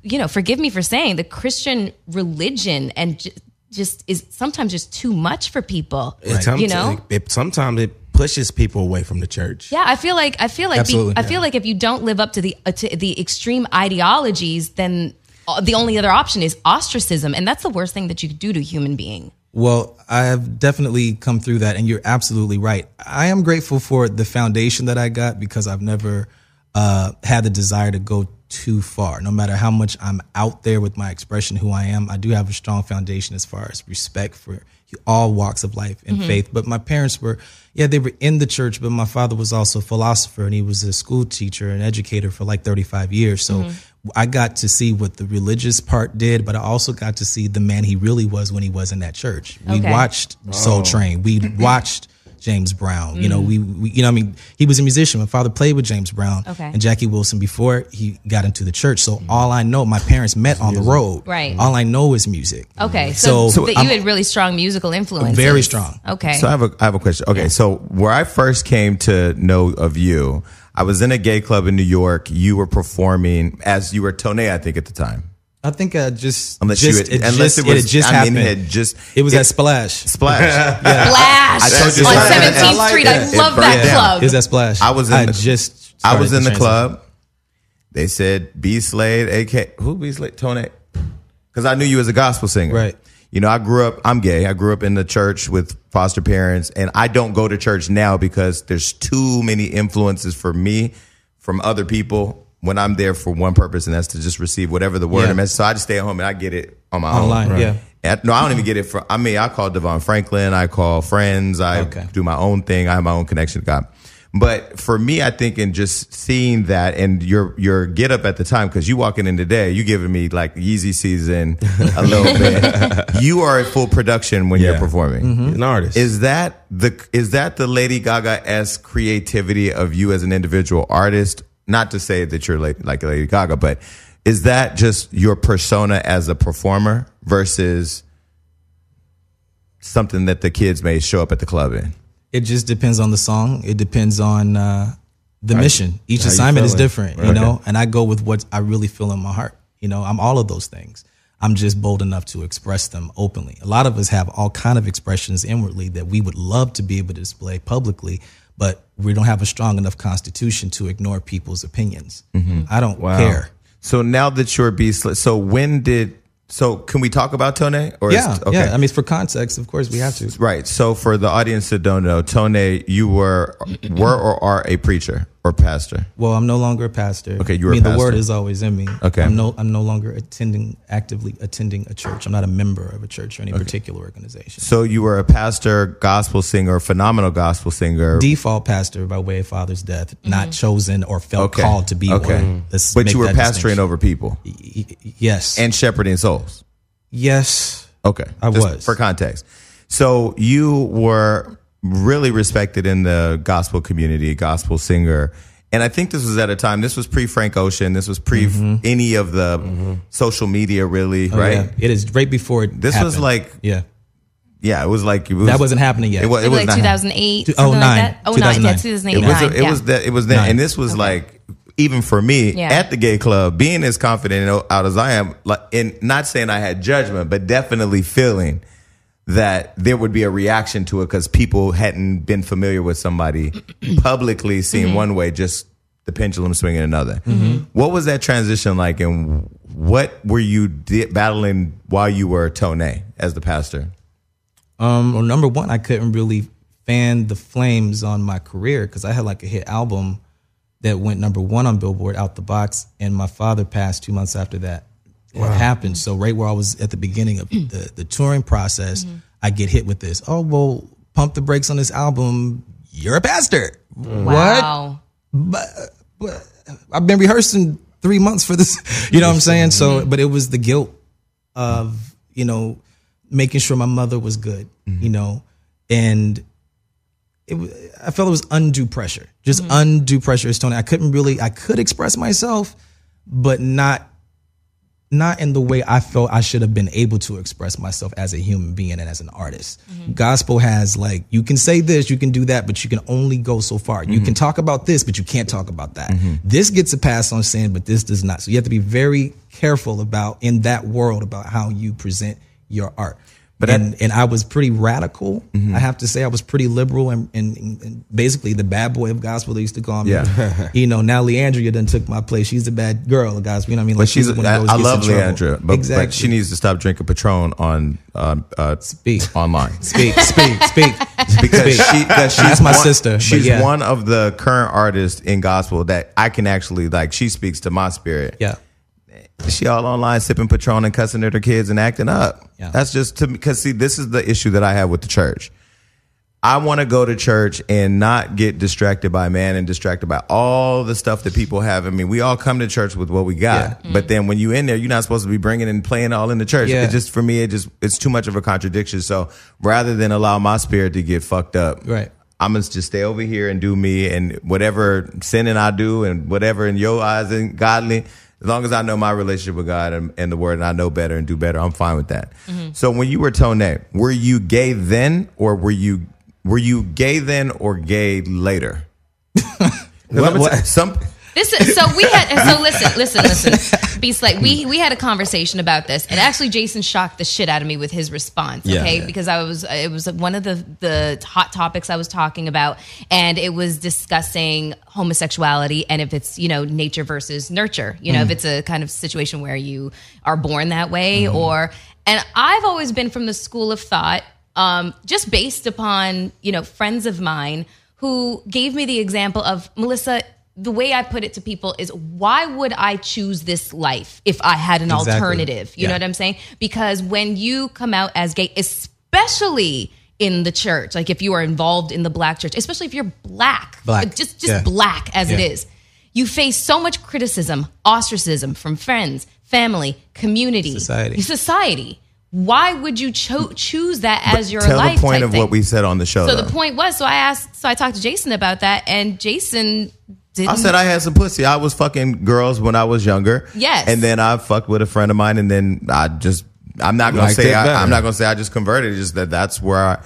you know, forgive me for saying the Christian religion and ju- just is sometimes just too much for people. Sometimes You know? it, it- sometimes it pushes people away from the church. Yeah, I feel like I feel like be, Absolutely. I feel like if you don't live up to the uh, to the extreme ideologies, then uh, the only other option is ostracism, and that's the worst thing that you could do to a human being. Well, I've definitely come through that, and you're absolutely right. I am grateful for the foundation that I got because I've never uh, had the desire to go too far. No matter how much I'm out there with my expression, who I am, I do have a strong foundation as far as respect for all walks of life and faith. But my parents were, yeah, they were in the church, but my father was also a philosopher and he was a school teacher and educator for like 35 years. So I got to see what the religious part did, but I also got to see the man he really was when he was in that church. We Okay. watched Soul (laughs) Train. We watched James Brown. You know, Mm. we, we you know, I mean, he was a musician. My father played with James Brown Okay. Mm. and Jackie Wilson before he got into the church. So all I know, my parents met on the road. Right. All I know is music. Okay, so, So- that you had really strong musical influence. Very strong. Okay, So I have a I have a question. Okay, so where I first came to know of you, I was in a gay club in New York. You were performing as you were Tone, I think, at the time. I think I just Unless you just, had- it unless just, it was- had just I mean, happened. it had just- it was it- at Splash. (laughs) Splash. Flash I told you on that. I Seventeenth like Street. that. It I love burned that down. club. It was at Splash. I was in I the- just I was started in the transition. club. They said B Slade, AK who B Slade Tone, because I knew you as a gospel singer. Right. You know, I grew up. I'm gay. I grew up in the church with foster parents, and I don't go to church now because there's too many influences for me from other people when I'm there for one purpose, and that's to just receive whatever the word Yeah. and message. So I just stay at home and I get it on my Online, own. Right. yeah. And I- no, I don't even get it from. I mean, I call Devon Franklin. I call friends. I Okay. do my own thing. I have my own connection to God. But for me, I think in just seeing that and your your get up at the time, because you walking in today, you giving me like Yeezy season a little bit. You are at full production when you're Yeah. Mm-hmm. performing. An artist. (laughs) Is that the is that the Lady Gaga s creativity of you as an individual artist? Not to say that you're like, like Lady Gaga, but is that just your persona as a performer versus something that the kids may show up at the club in? It just depends on the song. It depends on uh, the mission. Each you assignment is feeling. different, you know. And I go with what I really feel in my heart. You know, I'm all of those things. I'm just bold enough to express them openly. A lot of us have all kind of expressions inwardly that we would love to be able to display publicly, but we don't have a strong enough constitution to ignore people's opinions. Mm-hmm. I don't care. So now that you're B Sli- so when did so can we talk about Tone? Or is- Yeah, yeah. I mean, for context, of course, we have to. right. So for the audience that don't know, Tone, you were were or are a preacher. or pastor? Well, I'm no longer a pastor. Okay, you were a I mean, the pastor. word is always in me. Okay. I'm no, I'm no longer attending actively attending a church. I'm not a member of a church or any particular organization. So you were a pastor, gospel singer, phenomenal gospel singer, Default pastor by way of father's death, not chosen or felt Okay. called to be Okay. Mm-hmm. one. Let's but make you were that pastoring distinction. over people Y- y- Yes. and shepherding souls. yes. Okay. I Just was. For context. So you were really respected in the gospel community, gospel singer. And I think this was at a time, this was pre Frank Ocean, this was pre any of the social media, really, right? Mm-hmm. Oh, Yeah. It is right before it This was happened. like- Yeah. Yeah, it was like. It was, That wasn't happening yet. It was, it was Maybe not like 2008, Two- something like 09, that. Oh, nine, yeah, 2009. It 2008, was, it yeah. was that it was that and this was like even for me Yeah. at the gay club being as confident and out as I am like in not saying I had judgment but definitely feeling that there would be a reaction to it cuz people hadn't been familiar with (clears throat) somebody publicly seen Mm-hmm. one way just the pendulum swinging another. What was that transition like and what were you di- battling while you were Tone as the pastor? Um, well, number one, I couldn't really fan the flames on my career because I had like a hit album that went number one on Billboard, out the box, and my father passed two months after that. It happened. So right where I was at the beginning of the, the touring process, I get hit with this. Oh well, pump the brakes on this album. You're a pastor. Wow. But, but I've been rehearsing three months for this. (laughs) You know what I'm saying? So, but it was the guilt of you know making sure my mother was good you know and it wa- i felt it was undue pressure just undue pressure is tony i couldn't really i could express myself but not not in the way i felt i should have been able to express myself as a human being and as an artist gospel has like you can say this you can do that but you can only go so far you Mm-hmm. can talk about this but you can't talk about that this gets a pass on sin but this does not so you have to be very careful about in that world about how you present your art but and, and I was pretty radical. Mm-hmm. I have to say, I was pretty liberal and, and, and basically the bad boy of gospel. They used to call me. Yeah. (laughs) you know, now Leandria done took my place. She's the bad girl of gospel. You know what I mean? But she's, the one I, that always I gets love in trouble. Leandra, but, exactly. but she needs to stop drinking Patron on um, uh, Speak. (laughs) online speak, speak, speak. (laughs) because Speak. she, that she's That's my one- sister, but She's yeah. one of the current artists in gospel that I can actually like. She speaks to my spirit. Yeah, She all online sipping Patron and cussing at her kids and acting up. Yeah. That's just to me because see, this is the issue that I have with the church. I want to go to church and not get distracted by man and distracted by all the stuff that people have. I mean, we all come to church with what we got, but then when you in there, you're not supposed to be bringing and playing all in the church. Yeah. It just for me, it just it's too much of a contradiction. So rather than allow my spirit to get fucked up, Right. I'm gonna just stay over here and do me and whatever sinning I do and whatever in your eyes and godly. As long as I know my relationship with God and, and the Word and I know better and do better, I'm fine with that. Mm-hmm. So when you were Tone, were you gay then, or were you were you gay then or gay later? 'Cause I'm gonna tell- some This is so we (laughs) had so listen, listen, listen. Be like we we had a conversation about this, and actually Jason shocked the shit out of me with his response. Yeah. okay, Yeah. because I was it was one of the the hot topics I was talking about, and it was discussing homosexuality and if it's you know nature versus nurture. You know, if it's a kind of situation where you are born that way, or and I've always been from the school of thought, um, just based upon you know friends of mine who gave me the example of Melissa the way I put it to people is why would I choose this life if I had an Exactly. alternative? You know Yeah. what I'm saying? Because when you come out as gay, especially in the church, like if you are involved in the black church, especially if you're black, Black. just just Yeah. black as it Yeah. is, you face so much criticism, ostracism from friends, family, community, Society. society. Why would you cho- choose that as your tell life? the point type of thing? what we said on the show. So though. the point was, so I asked, so I talked to Jason about that, and Jason didn't. I said I had some pussy. I was fucking girls when I was younger. Yes. And then I fucked with a friend of mine, and then I just I'm not gonna Liked say it better. I, I'm not gonna say I just converted. It's just that that's where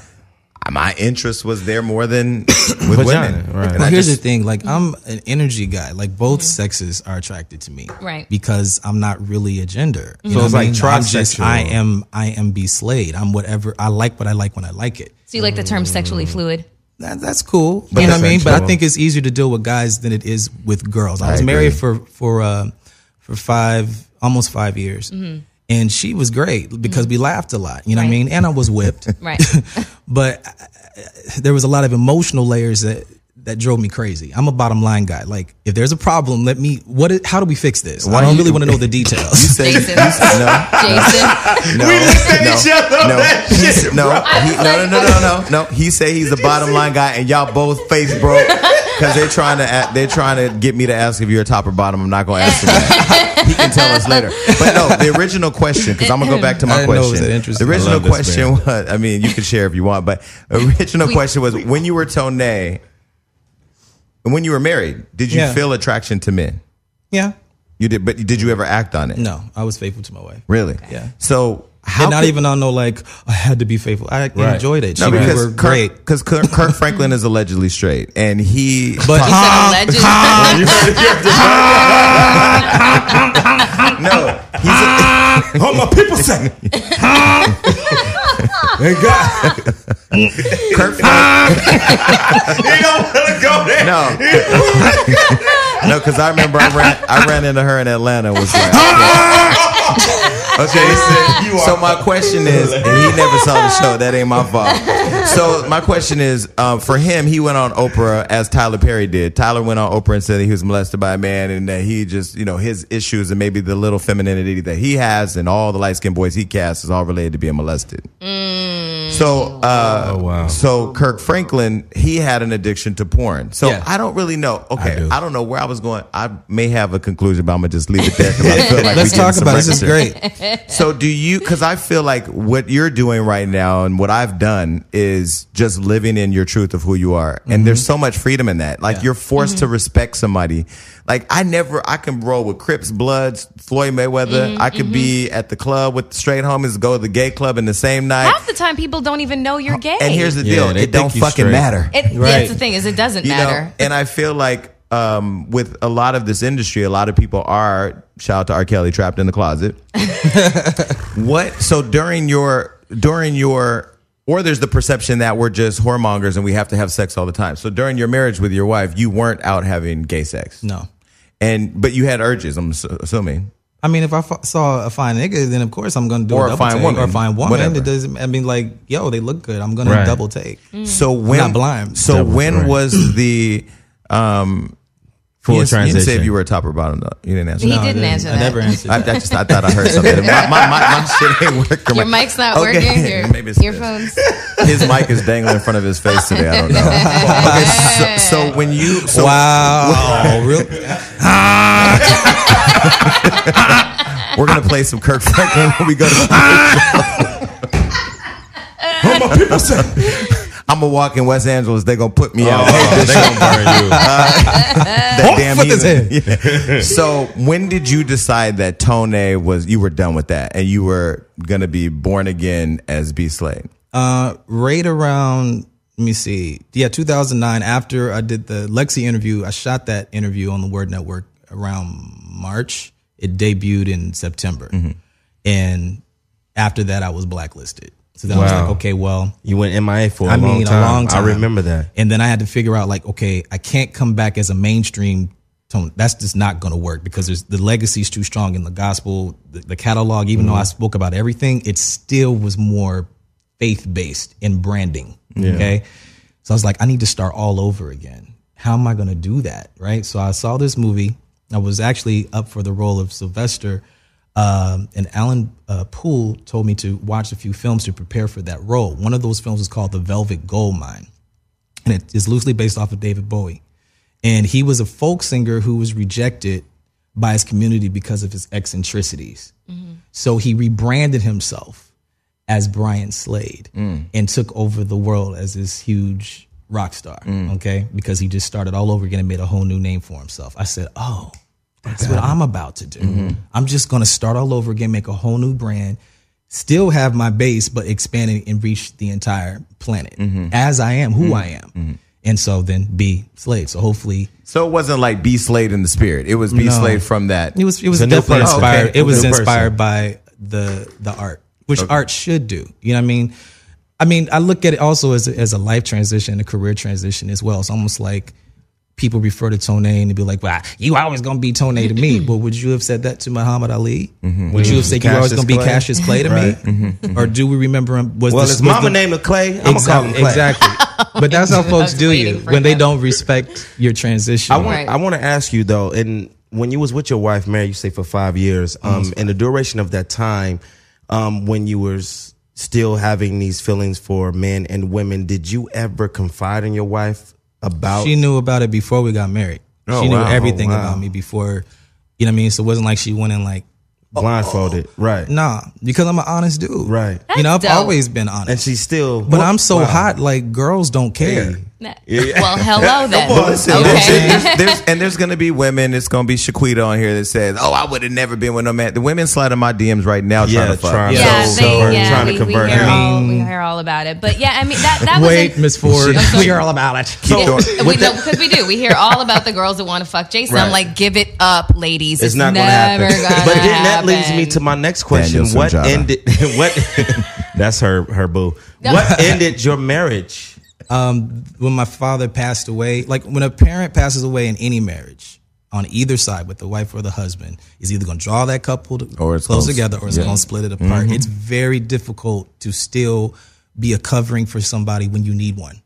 I, my interest was there more than (coughs) with Vagina, women. right. And Well, I here's just- the thing. Like, I'm an energy guy. Like, both sexes are attracted to me, Right. Because I'm not really a gender. You So it's what I like mean? I'm just, trisexual. I am, I am be slayed. I'm whatever. I like what I like when I like it. so you like the term sexually fluid? that, that's cool. you know what I mean? But I Essential. think it's easier to deal with guys than it is with girls. I was agree. married for for uh, for five almost five years, and she was great because we laughed a lot. You know what I Mm-hmm. Right. mean? (laughs) And I was whipped, Right. but uh, there was a lot of emotional layers that that drove me crazy. I'm a bottom line guy. Like, if there's a problem, let me. What? Is, how do we fix this? Why I don't you- really want to know the (laughs) details. (laughs) Say- Jason. you say- no. (laughs) Jason. No, We just said no, each other on no, that He- shit, no, bro. he- no, no, no, no, no, no. He say he's the bottom line guy, and y'all both face broke because they're trying to a- they're trying to get me to ask if you're a top or bottom. I'm not gonna ask him. that. he can tell us later. But no, the original question because I'm gonna go back to my I didn't know it question. was that interesting. The I original love this question was, I mean, you could share if you want, but original We- question was when you were Tone. When you were married, did you Yeah. feel attraction to men? yeah. You did, but did you ever act on it? No, I was faithful to my wife. Really? Yeah. So how And not could- even on no like I had to be faithful. I enjoyed it. She No, we because were Kirk, great. Because Kirk, Kirk Franklin is allegedly straight, and he. But He said allegedly. (laughs) no, he's a, All my people say. (laughs) and God, Kirk. Franklin, he don't want to go there. no, (laughs) no, because I remember I ran I ran into her in Atlanta. and Was like, okay, (laughs) You are- so my question is, and he never saw the show. That ain't my (laughs) fault. So my question is, uh, for him, he went on Oprah as Tyler Perry did. Tyler went on Oprah and said that he was molested by a man, and that he just, you know, his issues and maybe the little femininity that he has, and all the light skinned boys he casts is all related to being molested. Mm. So, uh, wow. so Kirk Franklin, he had an addiction to porn. So Yeah. I don't really know. Okay, I, do. don't know where I was going. I may have a conclusion, but I'm gonna just leave it there because I feel like (laughs) Let's we're talk getting about it. some this. Is records here. great. So do you? Because I feel like what you're doing right now and what I've done is just living in your truth of who you are, Mm-hmm. and there's so much freedom in that. Like you're forced to respect somebody. Like I never, I can roll with Crips, Bloods, Floyd Mayweather. I could be at the club with the straight homies, go to the gay club in the same night. Half the time, people don't even know you're gay. And here's the Yeah, deal: they it don't think you fucking straight. matter. It, Right. That's the thing is, it doesn't you matter. know, and I feel like um, with a lot of this industry, a lot of people are shout out to R. Kelly trapped in the (laughs) closet. what? So during your during your or there's the perception that we're just whoremongers and we have to have sex all the time. So during your marriage with your wife, you weren't out having gay sex. No. And but you had urges. I'm assu- assuming. I mean, if I f- saw a fine nigga, then of course I'm gonna do Or a a double fine take woman, or a fine woman. whatever. It doesn't. I mean, like, yo, they look good. I'm gonna Right. double take. Mm. So when not blind. So That was when right. was the um? Full you, didn't- you didn't say if transition. you were a top or bottom though. You didn't answer. He that. I didn't answer I that. (laughs) never answered. I, I that. just I thought I heard something. My, my, my, my shit ain't working. (laughs) Your right. mic's not Okay. working. Your Maybe it's earphones. His mic is dangling in front of his face today. I don't know. okay, so, so when you so (laughs) Wow. Real- we're gonna play some Kirk Franklin when we go to. (laughs) All my people say. I'm gonna walk in West Angeles. They gonna put me out. Oh, they gonna burn (laughs) you. That damn with his heathen. Yeah. So when did you decide that Tone was you were done with that and you were gonna be born again as B Slade? uh, right around let me see yeah 2009 after i did the lexi interview i shot that interview on the word network around march it debuted in september Mm-hmm. and after that i was blacklisted so then i was Wow. like okay well You went MIA for a I long mean, time. a long time. I remember that. And then I had to figure out, like, okay, I can't come back as a mainstream tone. That's just not going to work because there's the legacy is too strong in the gospel, the, the catalog. Even though I spoke about everything, it still was more faith based in branding. Okay, so I was like, I need to start all over again. How am I going to do that? Right. So I saw this movie. I was actually up for the role of Sylvester. Um, and Alan uh, Poole told me to watch a few films to prepare for that role. One of those films was called The Velvet Gold Mine and it is loosely based off of David Bowie. And he was a folk singer who was rejected by his community because of his eccentricities. So he rebranded himself as Brian Slade and took over the world as this huge rock star, okay? Because he just started all over again and made a whole new name for himself. I said, oh, that's what I'm about to do. I'm just gonna start all over again, make a whole new brand, still have my base, but expand it and reach the entire planet as I am, who I am. And so then be slave. So hopefully So it wasn't like B Slade in the spirit. It was B Slade from that. it was it was It's a new definitely person. inspired. Okay. It was New person. inspired by the the art, which art should do. You know what I mean? I mean, I look at it also as a, as a life transition, a career transition as well. It's almost like people refer to Tone and they be like, "Well, you always gonna be Tone to me." but would you have said that to Muhammad Ali? Mm-hmm. Would you have said you always Cassius gonna be Clay? Mm-hmm. Cassius Clay to me? Or do we remember him? Was Well, this, his was mama the- named him Clay. I'm gonna call him Clay. Exactly. (laughs) But that's how folks do waiting you for when they him. don't respect your transition. I want Right. I want to ask you though, and when you was with your wife Mary, you say for five years, Mm-hmm. um, and the duration of that time, um, when you were s- still having these feelings for men and women, did you ever confide in your wife about? she knew about it before we got married. Oh, she knew wow. Oh, everything wow. about me before, you know what I mean? So it wasn't like she went in like, blindfolded, Oh, right? nah, because I'm an honest dude. Right. you know, I've dope. always been honest. and she still. but I'm so hot, like girls don't care. Well, hello then. Well, listen, there's, okay. (laughs) there's- there's- and there's going to be women. It's going to be Shaquita on here that says, "Oh, I would have never been with no man." The women slide in my DMs right now Yeah, trying to fuck. trying- Yeah, So- they, so yeah, trying to we, convert We hear, him. all, we hear all about it, but yeah, I mean that that was Wait, an- (laughs) Miss Ford, (laughs) I'm sorry. we are all about it. (laughs) Keep doing- we know because we do. We hear all about the girls that want to fuck Jason. I'm Right. like, give it up, ladies. It's, It's not going to never happen. gonna happen. (laughs) but then that leads me to my next question. Daniel what Sunjata. ended? (laughs) What? (laughs) that's her her boo. What ended your marriage? when my father passed away, like when a parent passes away in any marriage, on either side, with the wife or the husband, is either going to draw that couple to Or it's close gonna- together, or it's yeah. Mm-hmm. going to split it apart. It's very difficult to still be a covering for somebody when you need one,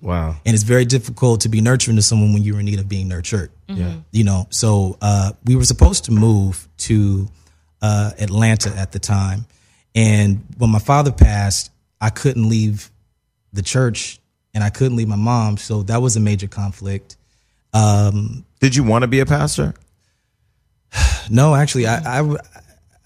Wow. and it's very difficult to be nurturing to someone when you're in need of being nurtured. Mm-hmm. Yeah, you know. So uh, we were supposed to move to uh, Atlanta at the time, and when my father passed, I couldn't leave the church and I couldn't leave my mom. So that was a major conflict. Did you want to be a pastor? No, actually, I, I,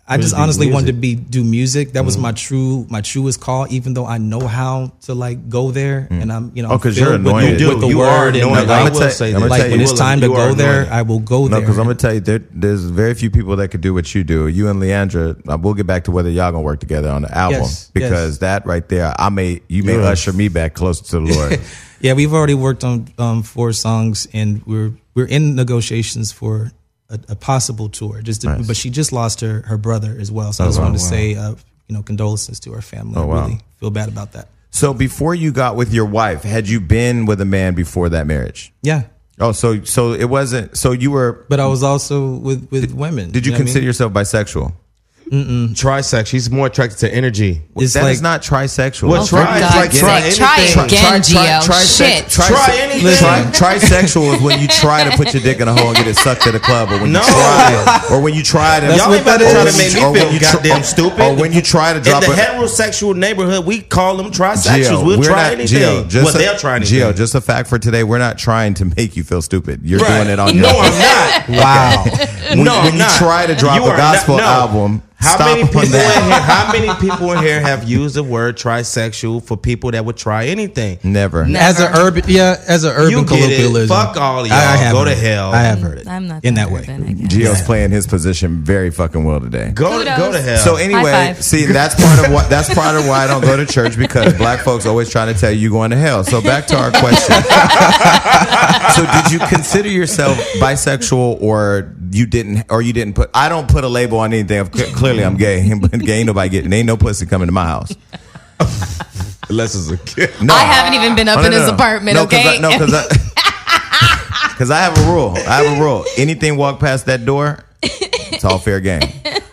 I just do honestly wanted to music. be do music. That was my true my truest call. Even though I know how to like go there, and I'm you know Oh, 'cause you're filled with anointed. the- You with the do. You are word and anointed. I'ma like, will tell- say I'ma that. tell like you- when it's Will, time to you are go there, anointed. I will go No, there. because I'm gonna tell you, there, there's very few people that could do what you do. You and Leandra, uh, we'll get back to whether y'all gonna work together on the album Yes, because yes. that right there, I may you may Yeah. usher me back closer to the (laughs) Lord. yeah, we've already worked on um, four songs, and we're we're in negotiations for a, a possible tour. Just, to- but she just lost her her brother as well, so I just wanted to say, uh, you know, condolences to her family. I Oh, wow. really feel bad about that. so before you got with your wife, had you been with a man before that marriage? Yeah, Oh, so so it wasn't. So you were. but I was also with with women. Did you, know what I mean? consider yourself bisexual? Trisex. She's more attracted to energy. It's That is like- not trisexual. Well, For try- God's like, try sake, try anything. again, Try- try- Gio. try- Shit. try- Try anything. Tri- trisexual is when you try to put your dick in a hole and get it sucked at a club, or when No. you try, or when you try to. Y'all ain't about to or try when to make you- me or when feel you tr- goddamn or- stupid. Or when you try to In drop the a heterosexual neighborhood, we call them trisexuals. Gio, We'll we're try not- anything. Gio, just well, a, they'll try anything. Gio, just a fact for today: we're not trying to make you feel stupid. You're Right. doing it on your own. No, (laughs) I'm not. Wow. When, no, when I'm you not. try to drop You a are not- gospel no. album, How stop many on people in here? that. (laughs) How many people in here have used the word trisexual for people that would try anything? Never. as an urban yeah as an urban You get it. colloquialism? Fuck all y'all. have Go heard to it. hell. I have heard it. I'm not in that way. urban, I guess. Gio's playing his position very fucking well today. Go Kudos. go to hell. So High anyway, five. see that's part (laughs) of what that's part of why I don't go to church because black folks always trying to tell you you going to hell. So back to our (laughs) question. so did you consider yourself bisexual or you didn't or you didn't put I don't put a label on anything. Of- Clearly I'm gay, (laughs) but gay ain't nobody getting ain't no pussy coming to my house. unless it's a kid. No. I haven't even been up Oh, in no, his no, no. apartment. No, 'cause okay, I, (laughs) no, because I, cause I have a rule. I have a rule. Anything walk past that door, it's all fair game.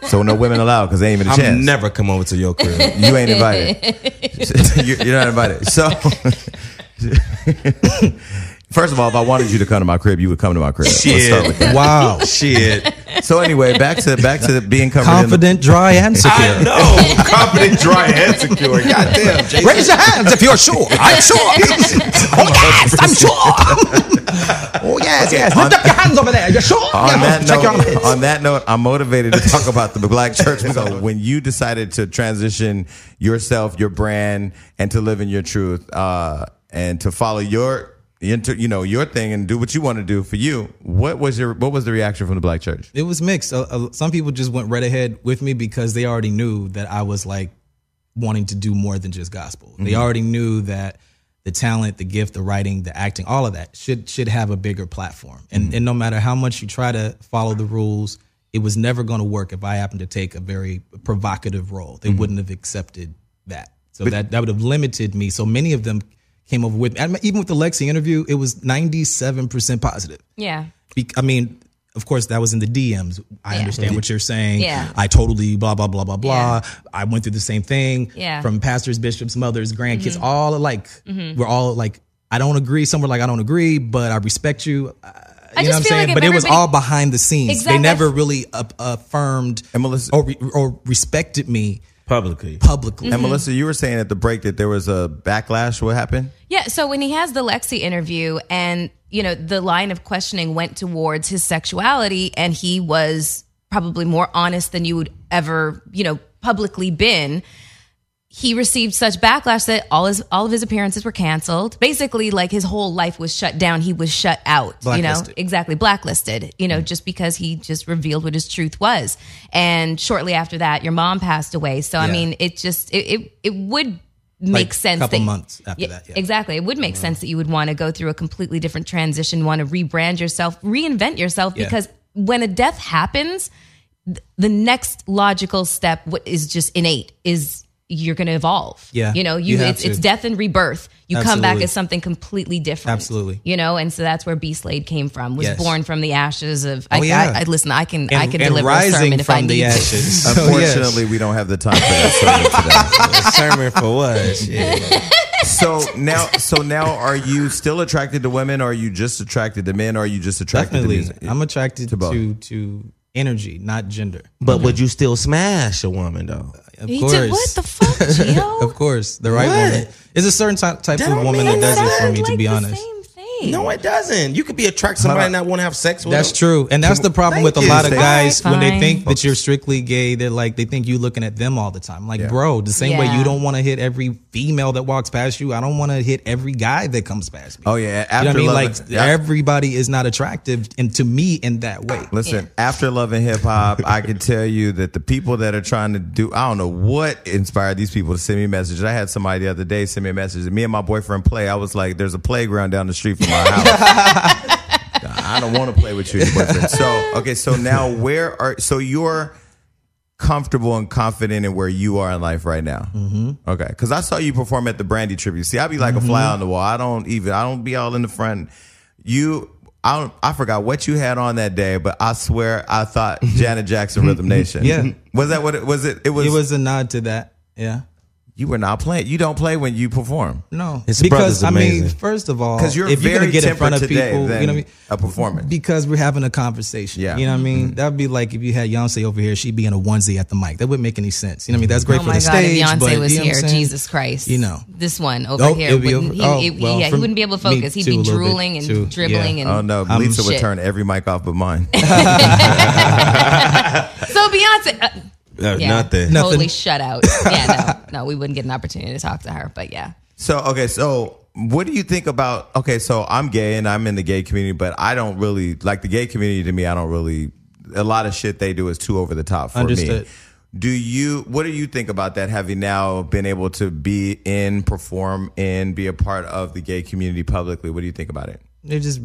So no women allowed because they ain't even a chance. I'm never come over to your crib. (laughs) You ain't invited. (laughs) You- You're not invited. So, (laughs) first of all, if I wanted you to come to my crib, you would come to my crib. Let's start with that. (laughs) Wow. Shit. So anyway, back to back to being covered. Confident, dry, and (laughs) I secure. know. Confident, dry, and secure. Goddamn, Jason. Raise your hands if you're sure. I'm sure. Oh yes, I'm (laughs) sure. oh yes, yes. Lift up your hands over there. You're sure. In the, on that Check your note, hands. on that note, I'm motivated to talk about the (laughs) black church. So when you decided to transition yourself, your brand, and to live in your truth, uh, and to follow your into you know your thing and do what you want to do for you, what was your what was the reaction from the black church? It was mixed. Uh, uh, some people just went right ahead with me because they already knew that I was like wanting to do more than just gospel. They already knew that the talent, the gift, the writing, the acting, all of that should should have a bigger platform. And and no matter how much you try to follow the rules, it was never going to work if I happened to take a very provocative role. They wouldn't have accepted that. So that that would have limited me. So many of them came over with and even with the Lexi interview, it was 97% positive. yeah. Bec- I mean, Of course, that was in the DMs. I Yeah. understand what you're saying. Yeah. I totally blah blah blah blah blah. I went through the same thing. Yeah. Mm-hmm. From pastors, bishops, mothers, grandkids, all alike. We're all like, I don't agree. Some were like, I don't agree, but I respect you. Uh, I you know what just I'm feel saying? like if but it was everybody- all behind the scenes. Exactly. They never really up, affirmed And Melissa- or, re- or respected me publicly. publicly. Mm-hmm. And Melissa, you were saying at the break that there was a backlash. What happened? Yeah, so when he has the Lexi interview and you know the line of questioning went towards his sexuality and he was probably more honest than you would ever, you know, publicly been. He received such backlash that all his all of his appearances were canceled. Basically, like his whole life was shut down. He was shut out. You know, Blacklisted. Mm. exactly blacklisted. You know, just because he just revealed what his truth was. And shortly after that, your mom passed away. So I Yeah. mean, it just it it, it would make Like, sense. couple that- months after that, yeah. Exactly. It would make sense that you would want to go through a completely different transition, want to rebrand yourself, reinvent yourself, Yeah. because when a death happens, th- the next logical step, what is just innate, is you're going to evolve. Yeah. You know, You you, have it's, it's to. death and rebirth. You come back Absolutely. as something completely different. Absolutely. You know, and so that's where B Slade came from, was Yes. born from the ashes of, I, Oh, yeah. I, I- listen, I can, and, I can and deliver a rising sermon if from I need the to. ashes. (laughs) So, Oh, yes. Unfortunately, we don't have the time for that sermon today. sermon for what? (laughs) Shit. So now, so now, are you still attracted to women? Or are you just attracted to men? Or are you just attracted to definitely, music? I'm attracted both. to to energy, not gender. But would you still smash a woman though? Of He course, did, what the fuck, Gio? (laughs) of course, the right What? woman is a certain ty- type That of don't woman mean that does it for Sound me. To like be the honest, Same thing. No, it doesn't. You could be attracted to somebody on. and not want to have sex with. that's them. true, and that's the problem with a you. lot of Fine, guys when they fine. think that you're strictly gay. They're like they think you looking at them all the time. Like, Yeah. bro, the same way Yeah. you don't want to hit every female that walks past you. I don't want to hit every guy that comes past me. Oh, yeah, you know what after I mean? love- Like yeah. everybody is not attractive, and to me in that way. Listen, after loving hip hop, I can tell you that the people that are trying to do, I don't know what inspired these people to send me messages. I had somebody the other day send me a message. And me and my boyfriend play. I was like, there's a playground down the street from my house. I don't want to play with you, and your boyfriend. So, okay, so now where are, so you're comfortable and confident in where you are in life right now? Mm-hmm. Okay, because I saw you perform at the Brandy tribute. See, I be like a fly Mm-hmm. on the wall. I don't even, I don't be all in the front. You, I don't, I forgot what you had on that day, but I swear I (laughs) thought Janet Jackson Rhythm Nation. Yeah. Was that what it was? It, it, was, It was a nod to that. Yeah. you were not playing. You don't play when you perform. No, His because brother's I mean, amazing. first of all, Because you're if very you're gonna get in front of today people, you know than what I mean? a performance. Because we're having a conversation. Yeah. You know what I Mm-hmm. mean? That'd be like if you had Beyonce over here, she'd be in a onesie at the mic. That wouldn't make any sense. You know what I mean? That's great Oh for my the God! stage. if Beyonce but, was you know what here, I'm saying? Jesus Christ! You know. this one over Oh, here. it'd be wouldn't- over- He, oh, it- well, yeah, for he wouldn't be able to me focus. He'd too, a be little bit drooling and too, yeah. dribbling and Oh no, Um, Lisa would shit. turn every mic off but mine. so Beyonce. Uh, Uh, yeah, Nothing. No. Totally Nothing. shut (laughs) out. Yeah, no, no, we wouldn't get an opportunity to talk to her. But yeah, So okay, so what do you think about? Okay, so I'm gay and I'm in the gay community, but I don't really like the gay community. To me, I don't really. A lot of shit they do is too over the top for Understood. me. Do you? What do you think about that? Having now been able to be in, perform in, be a part of the gay community publicly, what do you think about it? They're just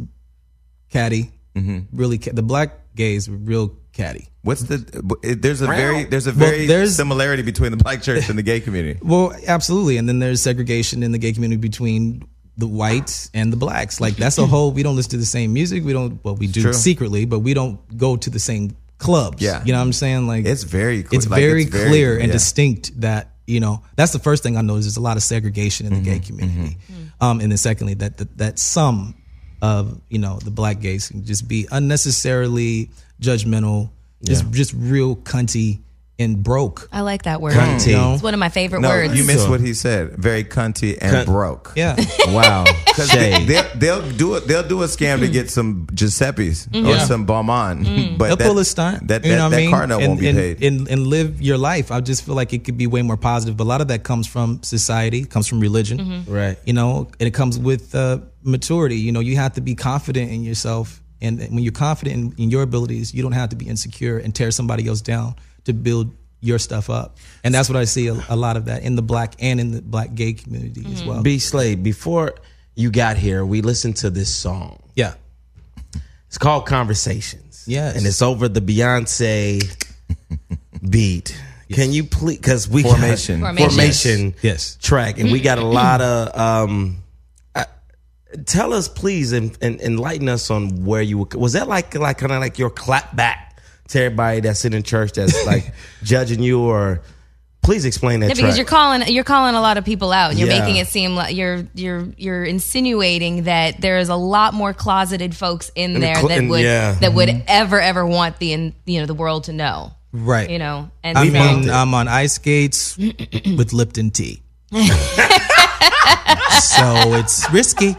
catty. Mm-hmm. Really, ca- the black gays were real catty. What's the? it- There's a very there's a very there's- similarity between the black church and the gay community. Well, absolutely. And then there's segregation in the gay community between the whites and the blacks. Like that's a whole. We don't listen to the same music. We don't. Well, we do true. secretly, but we don't go to the same clubs. Yeah. you know what I'm saying. Like It's very clear. it's like, very it's clear and yeah. distinct that you know that's the first thing I noticed. There's a lot of segregation in the Mm-hmm. gay community, um, and then secondly that, that that some of you know the black gays can just be unnecessarily judgmental, just just real cunty and broke. I like that word. Cunty. You know? It's one of my favorite No, words. you missed So- what he said. Very cunty and Cunt. broke. (laughs) Yeah, Wow. (laughs) Because Shade. (laughs) they, will do it. They'll do a scam Mm-hmm. to get some Giuseppe's or Yeah. some Balmain, but Mm-hmm. they'll that, pull a stunt. That that, you know what that I mean? car note and, won't be and, paid. And, and live your life. I just feel like it could be way more positive. But a lot of that comes from society, comes from religion, Right. You know, and it comes with uh, maturity. You know, you have to be confident in yourself, and when you're confident in, in your abilities, you don't have to be insecure and tear somebody else down to build your stuff up. And that's what I see a, a lot of that in the black and in the black gay community Mm-hmm. as well. B Slade, before you got here, we listened to this song. yeah, It's called Conversations. Yes. And it's over the Beyonce beat. Can you please? Because we got- Formation. Formation. formation Yes. track, and we got a lot of um, Tell us, please, and, and enlighten us on where you were. Was that like like kind of like your clap back to everybody that's sitting in church that's like judging you, or please explain that? Yeah, because track. you're calling you're calling a lot of people out. You're Yeah. making it seem like you're you're you're insinuating that there is a lot more closeted folks in the there cl- that and- would yeah. that would ever ever want the in, you know the world to know. Right. You know, and I so, mean, I'm on (clears throat) ice skates with (laughs) Lipton tea. so it's (laughs) risky.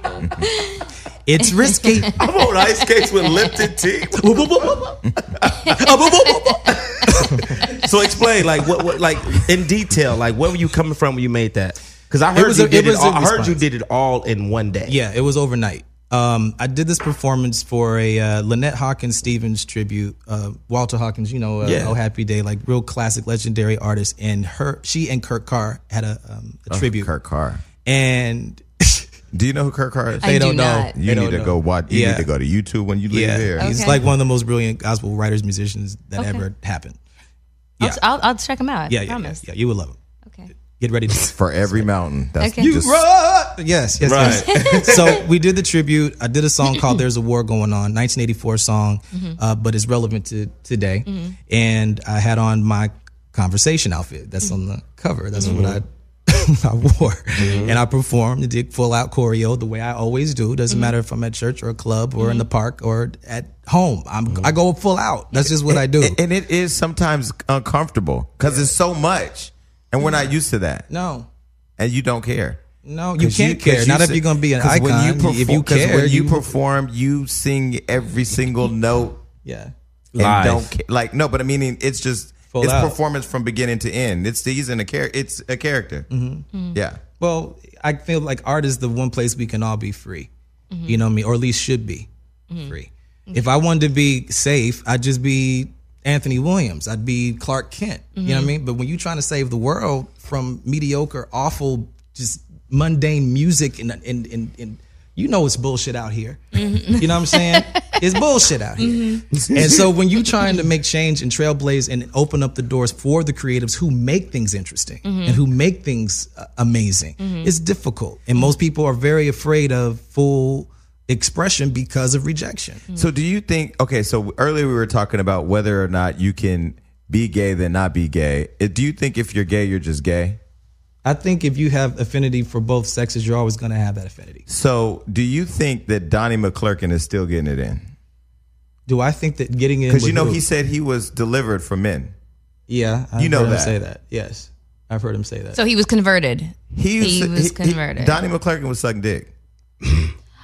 It's risky. I'm on ice skates with Lipton tea. (laughs) (laughs) so explain, like what, what, like in detail, like where were you coming from when you made that? Because I heard was you a- it did it. was a all, I heard response. you did it all in one day. Yeah, it was overnight. Um, I did this performance for a uh, Lynette Hawkins Stevens tribute. Uh, Walter Hawkins, you know, uh, Yeah. Oh Happy Day, like real classic, legendary artist. And her, she and Kirk Carr had a, um, a tribute. Oh, Kirk Carr. and (laughs) Do you know who Kirk Carr is? I they do don't know. not. you need They don't to know. go watch. You Yeah. need to go to YouTube when you leave Yeah, here. he's Okay. like one of the most brilliant gospel writers, musicians that Okay. ever happened. I'll, yeah. I'll, I'll check them out. I Yeah, yeah, yeah, promise. yeah, you would love him. Okay. Get (laughs) ready to For every mountain, that's Okay. You just Yes, yes, yes. (laughs) so we did the tribute. I did a song called "There's a War Going On," 1984 song, uh, but it's relevant to today. And I had on my conversation outfit that's on the cover. That's Mm-hmm. what I. I (laughs) wore and I performed and did full out choreo the way I always do. Doesn't matter if I'm at church or a club or in the park or at home. I'm Mm-hmm. I go full out. That's just what I (laughs) do. and it is sometimes uncomfortable because it's so much, and we're not used to that, no, and you don't care. no, you 'Cause can't 'cause care. Not if si- you're gonna be an 'cause icon. when you perform, if you 'cause care, when you, perform, you sing every single note yeah. and Live. don't care. Like no, but I mean it's just Full it's out. performance from beginning to end. It's he's in a char- It's a character. Mm-hmm. Yeah. Mm-hmm. Well, I feel like art is the one place we can all be free. You know what I mean? Or at least should be free. If I wanted to be safe, I'd just be Anthony Williams. I'd be Clark Kent. You know what I mean? But when you're trying to save the world from mediocre, awful, just mundane music and and and, and you know it's bullshit out here. You know what I'm saying? it's bullshit out here. And so when you're trying to make change and trailblaze and open up the doors for the creatives who make things interesting and who make things uh, amazing, it's difficult. And most people are very afraid of full expression because of rejection. So do you think okay, so earlier we were talking about whether or not you can be gay then not be gay. Uh, Do you think if you're gay you're just gay? I think if you have affinity for both sexes, you're always going to have that affinity. So do you think that Donnie McClurkin is still getting it in? Do I think that getting in? Because you with know who- he said he was delivered for men. yeah, I've you know heard him that. say that. Yes, I've heard him say that. So he was converted. He sa- was converted. Donnie McClurkin was sucking dick.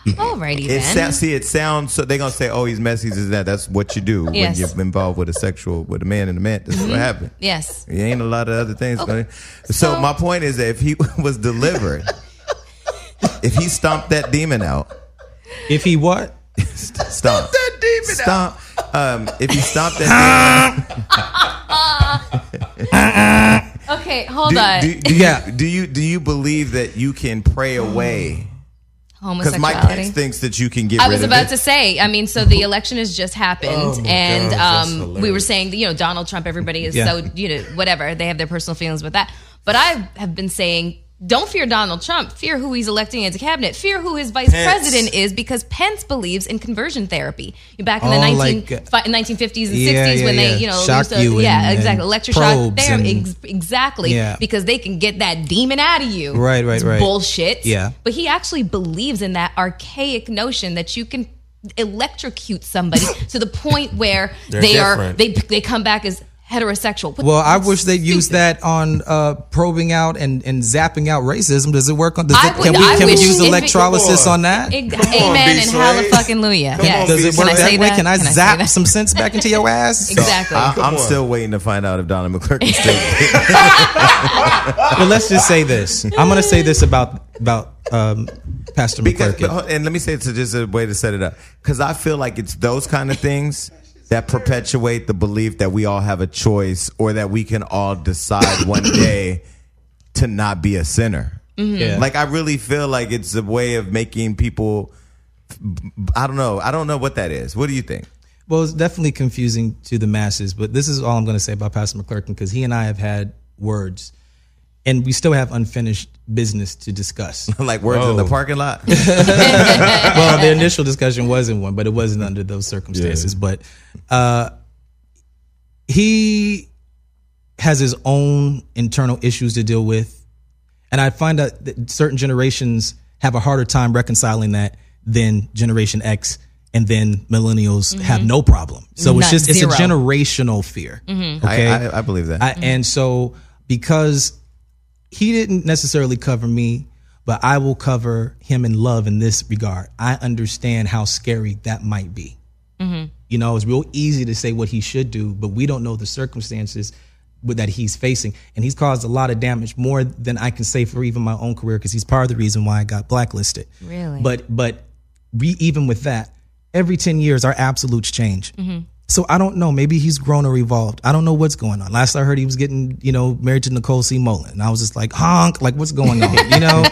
Alrighty It then. sounds. See, it sounds. So they're gonna say, "Oh, he's messy." Is that? That's what you do Yes. Mm-hmm. when you're involved with a sexual with a man and a man. That's what happened. yes. There ain't a lot of other things. going So, so- my point is that if he (laughs) was delivered, if he stomped that demon out, if he what? stomp, that demon stomp, Um, if he stomped that, Okay, hold demon, on. do, do, do, Yeah. you, do you do you believe that you can pray away? (gasps) Because Mike Homosexuality. Pence thinks that you can get. I rid was of about it. to say. I mean, so the election has just happened, Oh my and gosh, that's um, we were hilarious. saying, you know, Donald Trump. Everybody is Yeah. so you know, whatever. They have their personal feelings with that. But I have been saying, don't fear Donald Trump. Fear who he's electing into cabinet. Fear who his vice Pence. president is, because Pence believes in conversion therapy. Back in the Oh, 19, like- fi- 1950s and Yeah, 60s, when yeah, they yeah. you know Shock used to, you yeah, and- exactly, and electroshock probes therapy, and- ex- exactly, Yeah. because they can get that demon out of you. Right, right, It's right. Bullshit. Yeah. But he actually believes in that archaic notion that you can electrocute (laughs) somebody to the point where They're they are different. they they come back as heterosexual. What- Well, I that's wish they used stupid. that on uh, probing out and, and zapping out racism. Does it work on? Does I it, would- can we, I can we wish use if it- electrolysis Come on. on that? Ex- Come on, Amen B. and Slay. hallelujah. Come Yes. on, Does B. it Can work I that say way? that? Can I Can I say zap that? some sense back into your ass? (laughs) Exactly. I, Come I'm on. still waiting to find out if Donnie McClurkin (laughs) still. But let's just say this. I'm going to say this about about um, Pastor Because, McClurkin. but- and let me say it's just a way to set it up. Because I feel like it's those kind of things that perpetuate the belief that we all have a choice or that we can all decide (coughs) one day to not be a sinner. Yeah. Like, I really feel like it's a way of making people. I don't know. I don't know what that is. What do you think? Well, it's definitely confusing to the masses, but this is all I'm going to say about Pastor McClurkin because he and I have had words. and we still have unfinished business to discuss. like words in the parking lot. (laughs) well, the initial discussion wasn't one, but it wasn't under those circumstances. But uh, he has his own internal issues to deal with, and I find out that certain generations have a harder time reconciling that than Generation X, and then millennials have no problem. So it's Not just zero. it's a generational fear. (laughs) Okay, I, I, I believe that. I, and so because he didn't necessarily cover me, but I will cover him in love in this regard. I understand how scary that might be. You know, it's real easy to say what he should do, but we don't know the circumstances with- that he's facing, and he's caused a lot of damage more than I can say for even my own career because he's part of the reason why I got blacklisted. Really? but but we even with that, every ten years our absolutes change. So I don't know. Maybe he's grown or evolved. I don't know what's going on. Last I heard, he was getting you know married to Nicole C. Mullen, and I was just like honk, like what's going on, you know?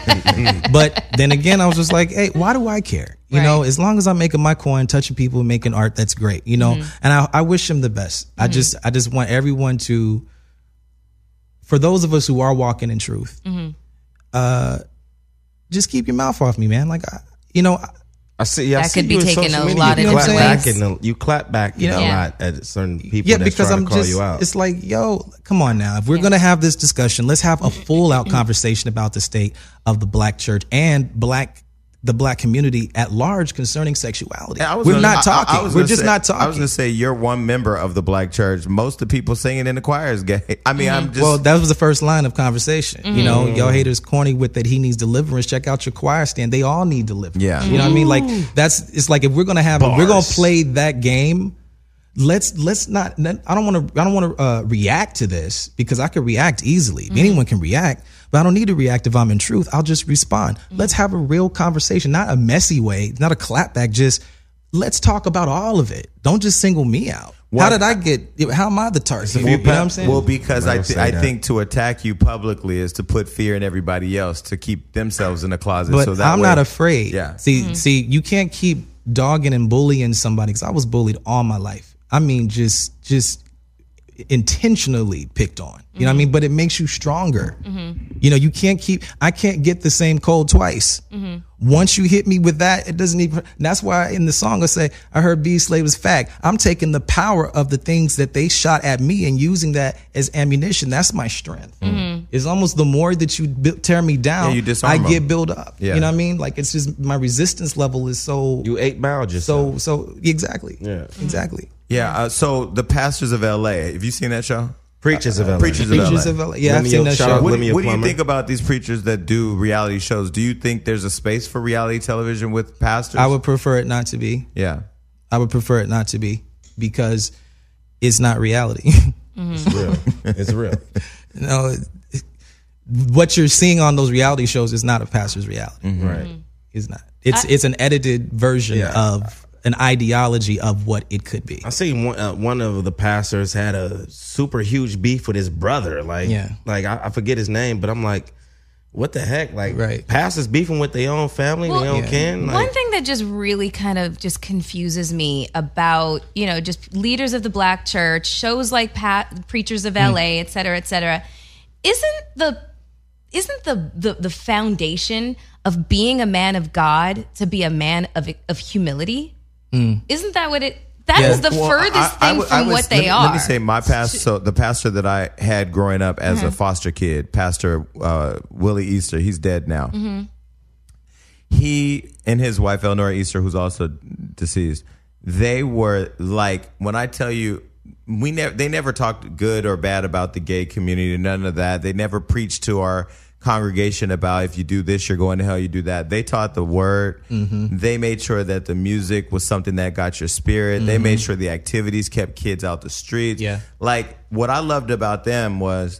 but then again, I was just like, hey, why do I care? You know, Right. as long as I'm making my coin, touching people, making art, that's great, you know. And I, I wish him the best. I just I just want everyone to for those of us who are walking in truth, uh, just keep your mouth off me, man. Like, I, you know, I- I see. Yeah, I That see could be you in taken social a media. lot you of clap different back ways. in a, You clap back you know, Yeah. a lot at certain people. yeah, that's because trying I'm to call just, you out. it's like, yo, come on now. If we're gonna have this discussion, let's have a full out conversation about the state of the black church and black the black community at large concerning sexuality. I was We're gonna- not I- I- I talking. was we're gonna just say- not I was talking. gonna say you're one member of the black church. Most of the people singing in the choir is gay. (laughs) I mean, I'm just Mm-hmm. well, that was the first line of conversation. You know, y'all haters corny with that he needs deliverance. Check out your choir stand. They all need deliverance. Yeah. You know what I mean? Like that's it's like if we're gonna have we're gonna play that game, let's let's not I don't wanna I don't wanna uh, react to this because I could react easily. Anyone can react, but I don't need to react if I'm in truth. I'll just respond. Let's have a real conversation, not a messy way, not a clapback, just Let's talk about all of it. Don't just single me out. How What- did I get? How am I the target? You know what I'm saying? Well, because I, don't th- say I that. think to attack you publicly is to put fear in everybody else to keep themselves in the closet. But so that I'm way- not afraid. Yeah. See, see, you can't keep dogging and bullying somebody because I was bullied all my life. I mean, just, just intentionally picked on. You know what I mean? But it makes you stronger. You know, you can't keep. I can't get the same cold twice. Once you hit me with that, it doesn't even. and that's why in the song I say, I heard B Slave is fact. I'm taking the power of the things that they shot at me and using that as ammunition. That's my strength. It's almost the more that you bu- tear me down, Yeah, you disarm I 'em. get built up. Yeah. You know what I mean? Like it's just my resistance level is so you eight mile just now. so so exactly. Yeah. Exactly. Yeah. Uh, so the pastors of L.A. Have you seen that show? preachers of LA. Preachers of Pictures LA. of LA. Yeah, Let I've me seen yo- that shout show. out- What, Let me do- a what do you plumber. think about these preachers that do reality shows? Do you think there's a space for reality television with pastors? I would prefer it not to be. Yeah. I would prefer it not to be because it's not reality. (laughs) It's real. It's real. you know, it- what you're seeing on those reality shows is not a pastor's reality. Right. It's not. It's it's an edited version Yeah. of an ideology of what it could be. I see one, uh, one of the pastors had a super huge beef with his brother. Like, Yeah. like I, I forget his name, but I'm like, what the heck? Like, Right. pastors beefing with their own family, Well, their own Yeah. kin. Like, One thing that just really kind of just confuses me about, you know, just leaders of the black church, shows like Pat, Preachers of Hmm. LA, et cetera, et cetera, isn't the isn't the, the the foundation of being a man of God to be a man of of humility? Isn't that what it That is the Hmm. Well, furthest I- I thing would- I from would- what let they me- are. Let me say my past. So the pastor that I had growing up as Uh-huh. a foster kid, Pastor uh, Willie Easter, he's dead now. Mm-hmm. He and his wife Elnora Easter, who's also deceased, they were like when I tell you. We never, they never talked good or bad about the gay community, none of that. They never preached to our congregation about if you do this, you're going to hell, you do that. They taught the word. They made sure that the music was something that got your spirit. They made sure the activities kept kids out the streets. Yeah. Like what I loved about them was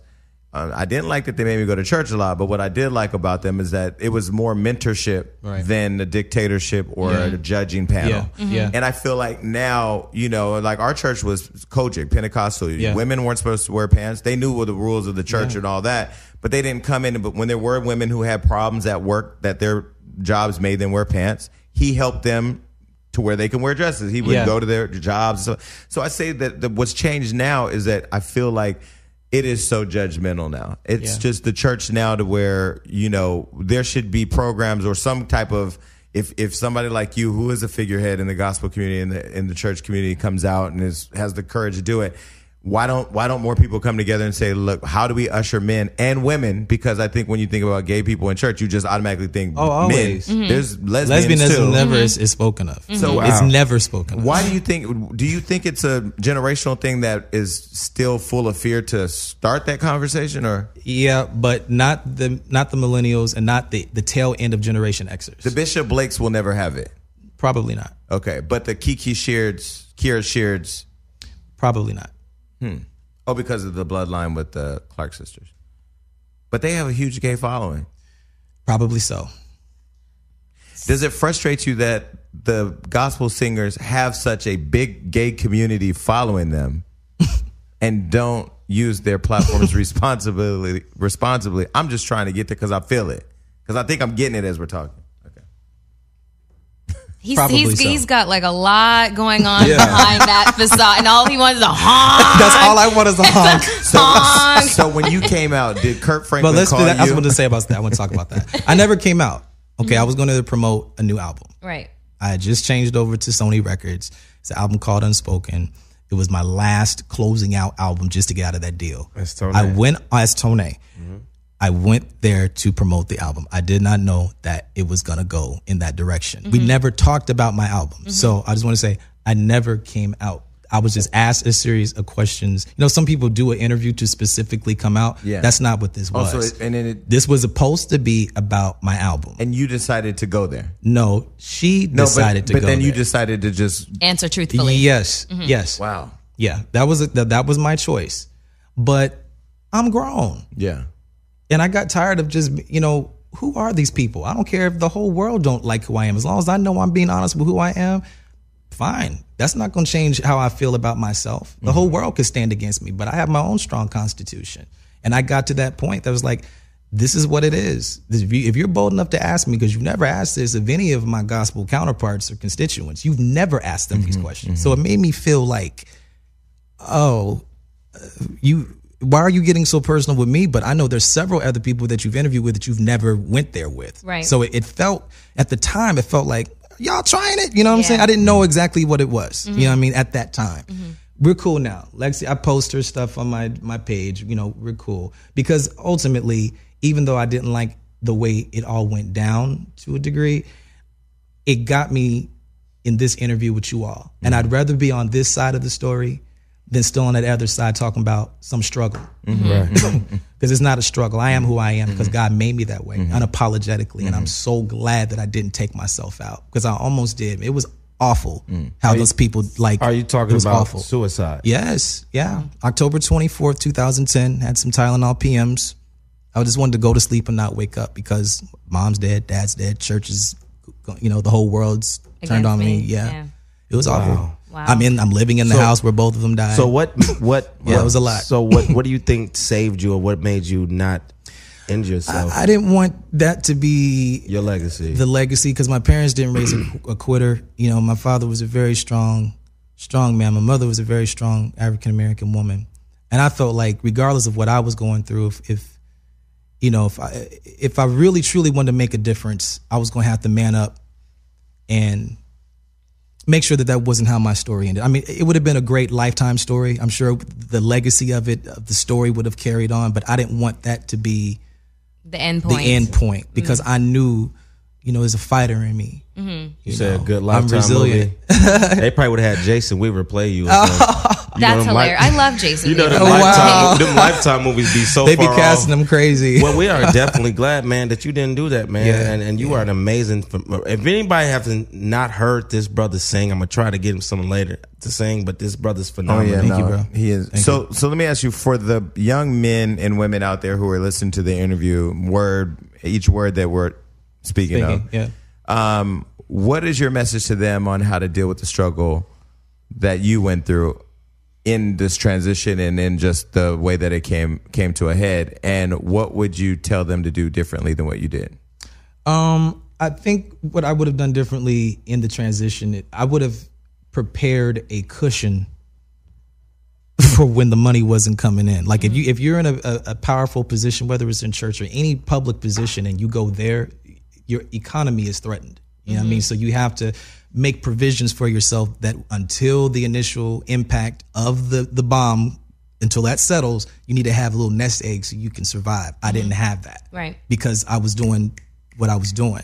uh, I didn't like that they made me go to church a lot, but what I did like about them is that it was more mentorship Right. than a dictatorship or a judging panel. Yeah, Mhm. yeah. And I feel like now, you know, like our church was Kojic, Pentecostal. Yeah. Women weren't supposed to wear pants. They knew what the rules of the church and all that, but they didn't come in. But when there were women who had problems at work that their jobs made them wear pants, he helped them to where they can wear dresses. He would Yeah. go to their jobs. So, so I say that the, what's changed now is that I feel like it is so judgmental now. It's just the church now to where, you know, there should be programs or some type of if if somebody like you who is a figurehead in the gospel community and the in the church community comes out and is has the courage to do it, why don't why don't more people come together and say, look, how do we usher men and women? Because I think when you think about gay people in church, you just automatically think Oh, men. always. There's lesbians Lesbianism too. never is, is spoken of. So, So wow. it's never spoken. of. Why do you think? Do you think it's a generational thing that is still full of fear to start that conversation, or Yeah, but not the not the millennials and not the the tail end of Generation Xers. the Bishop Blakes will never have it? Probably not. Okay, but the Kiki Sheards, Kira Sheards, Probably not. oh, because of the bloodline with the Clark sisters, but they have a huge gay following. Probably so. Does it frustrate you that the gospel singers have such a big gay community following (laughs) them and don't use their platforms responsibly? Responsibly, I'm just trying to get there because I feel it because I think I'm getting it as we're talking. Okay. He's, Probably he's, so. he's got like a lot going on Yeah. (laughs) behind that facade, and all he wants is a honk. That's all I (laughs) want is a honk. (laughs) honk. So when you came out, did Kurt Franklin But let's do call that. I you? just wanted to say about that. I want to talk about that. I never came out. Okay, I was going to promote a new album. Right. I had just changed over to Sony Records. It's an album called Unspoken. It was my last closing out album just to get out of that deal. As Tone I A. went as Tone. A. Mm-hmm. I went there to promote the album. I did not know that it was gonna go in that direction. We never talked about my album. So I just wanna say I never came out. I was just asked a series of questions. You know, some people do an interview to specifically come out. Yeah. That's not what this Oh, was. so it- and then it, this was supposed to be about my album. and you decided to go there. no, she No, decided but, to but go then you there. decided to just Answer truthfully. Yes, yes. wow. Yeah, that was a, that, that was my choice. But I'm grown, Yeah. and I got tired of just you know who are these people? I don't care if the whole world don't like who I am. As long as I know I'm being honest with who I am, fine. That's not going to change how I feel about myself. The whole world could stand against me, but I have my own strong constitution. And I got to that point that was like, this is what it is. This- If you- if you're bold enough to ask me, because you've never asked this of any of my gospel counterparts or constituents, you've never asked them these questions. So it made me feel like, oh, uh, you. Why are you getting so personal with me? But I know there's several other people that you've interviewed with that you've never went there with. Right. So it, it felt at the time, it felt like y'all trying it. You know what I'm Yeah. saying? I didn't know exactly what it was. You know what I mean? At that time. We're cool now. Lexi, I post her stuff on my my page. You know, we're cool. Because ultimately, even though I didn't like the way it all went down to a degree, it got me in this interview with you all. And Mm-hmm. I'd rather be on this side of the story than still on that other side talking about some struggle. Mm-hmm. (laughs) Because it's not a struggle. I am who I am because God made me that way Mm-hmm. unapologetically. And I'm so glad that I didn't take myself out because I almost did. It was awful how those people like. Mm. Are you it talking was about awful. suicide? Yes. Yeah. October 24th, 2010, had some Tylenol PMs. I just wanted to go to sleep and not wake up because mom's dead, dad's dead, church is, you know, the whole world's Against turned on me. me, Yeah. yeah. It was awful. Wow. I'm in, I'm living in the So- house where both of them died. So what? What? (laughs) Yeah, what- it was a lot. So what? What do you think saved you, or what made you not injure yourself? I didn't want that to be your legacy. the legacy because my parents didn't raise a, a quitter. You know, my father was a very strong, strong man. My mother was a very strong African American woman, and I felt like regardless of what I was going through, if, if you know, if I if I really truly wanted to make a difference, I was going to have to man up and make sure that that wasn't how my story ended. I mean, it would have been a great lifetime story. I'm sure the legacy of it, of the story would have carried on, but I didn't want that to be The end the point. end point because I knew, you know, there's a fighter in me. you said a good I'm lifetime resilient. movie. (laughs) they probably would have had Jason Weaver play (laughs) you. or something. You know, That's them li- hilarious. I love Jason. (laughs) You know, Weaver. them, Oh, wow. lifetime, them lifetime movies be so. They be far casting off. them (laughs) crazy. Well, we are definitely glad, man, that you didn't do that, man. Yeah. and and you are an amazing. If anybody hasn't not heard this brother sing, I'm gonna try to get him some later to sing. But this brother's Oh phenomenal. yeah, Thank no, you, bro. he is. so, so let me ask you: for the young men and women out there who are listening to the interview, word each word that we're speaking, Thinking, (laughs) yeah. of, um, what is your message to them on how to deal with the struggle that you went through in this transition and in just the way that it came came to a head? And what would you tell them to do differently than what you did? Um, I think what I would have done differently in the transition, I would have prepared a cushion (laughs) for when the money wasn't coming in. Like if you if you're in a, a, a powerful position, whether it's in church or any public position, and you go there, your economy is threatened. You know what I mean? So you have to make provisions for yourself that until the initial impact of the the bomb, until that settles, you need to have a little nest egg so you can survive. I didn't have that Right. because I was doing what I was doing.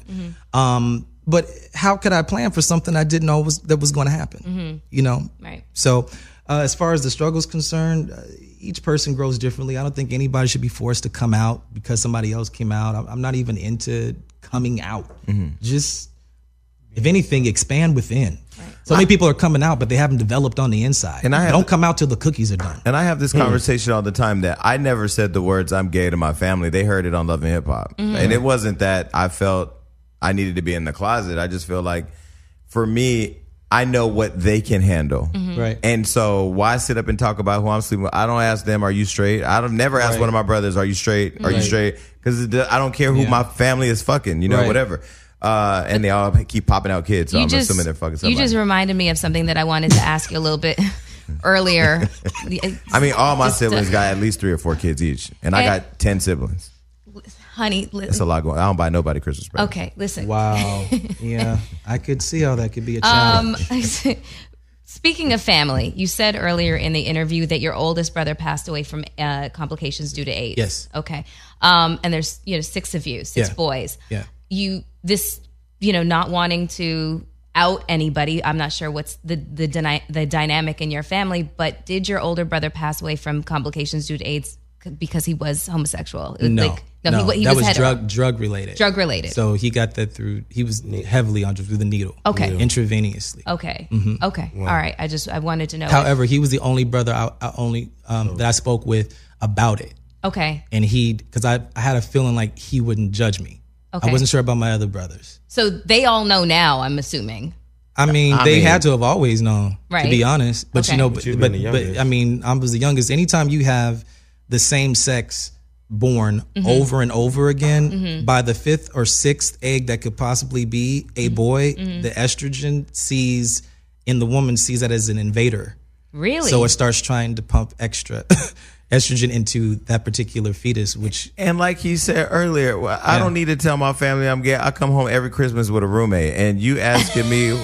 Um, but how could I plan for something I didn't know was that was going to happen? You know, Right. So, uh, as far as the struggle's concerned, uh, each person grows differently. I don't think anybody should be forced to come out because somebody else came out. I'm- I'm not even into coming out. Mm-hmm. Just, if anything, expand within. So many people are coming out, but they haven't developed on the inside. And I have- don't come out till the cookies are done. And I have this conversation all the time that I never said the words "I'm gay" to my family. They heard it on Love and Hip Hop, and it wasn't that I felt I needed to be in the closet. I just feel like, for me, I know what they can handle, Right. and so why sit up and talk about who I'm sleeping with? I don't ask them, "Are you straight?" I don't never ask one of my brothers, "Are you straight? Are you Right. straight?" Because I don't care who my family is fucking, you know, Right. whatever. Uh, and they all keep popping out kids, so you I'm just, assuming they're fucking. Somebody. You just reminded me of something that I wanted to ask you a (laughs) little bit earlier. I mean, all my Just, uh, (laughs) siblings got at least three or four kids each, and I Eh. got ten siblings. honey, li- It's a lot going. I don't buy nobody Christmas presents. okay, listen. Wow. yeah. I could see how that could be a Um, challenge. (laughs) Speaking of family, you said earlier in the interview that your oldest brother passed away from uh, complications due to AIDS. Yes. Okay. Um, and there's you know six of you, six Yeah. boys. Yeah. You this you know not wanting to out anybody. I'm not sure what's the the dyna- the dynamic in your family, but did your older brother pass away from complications due to AIDS c- because he was homosexual? It was No, like- no, no, he, wa- he that was hetero. drug drug related. Drug related. So he got that through. He was heavily on through the needle. Okay. Needle. intravenously. Okay. Okay. All right. I just I wanted to know. However, he was the only brother I, I only um, that I spoke with about it, okay. and he because I, I had a feeling like he wouldn't judge me. Okay. I wasn't sure about my other brothers. So they all know now. I'm assuming. I mean, they mean- had to have always known, to Right. be honest. But Okay. you know, but you've but, been the but youngest. I mean, I was the youngest. Anytime you have the same sex born Mm-hmm. over and over again, by the fifth or sixth egg that could possibly be a Mm-hmm. boy, the estrogen sees in the woman sees that as an invader. Really? So it starts trying to pump extra (laughs) estrogen into that particular fetus, which (laughs) And like he said earlier, well, I don't need to tell my family I'm gay. I come home every Christmas with a roommate, and you asking me (laughs)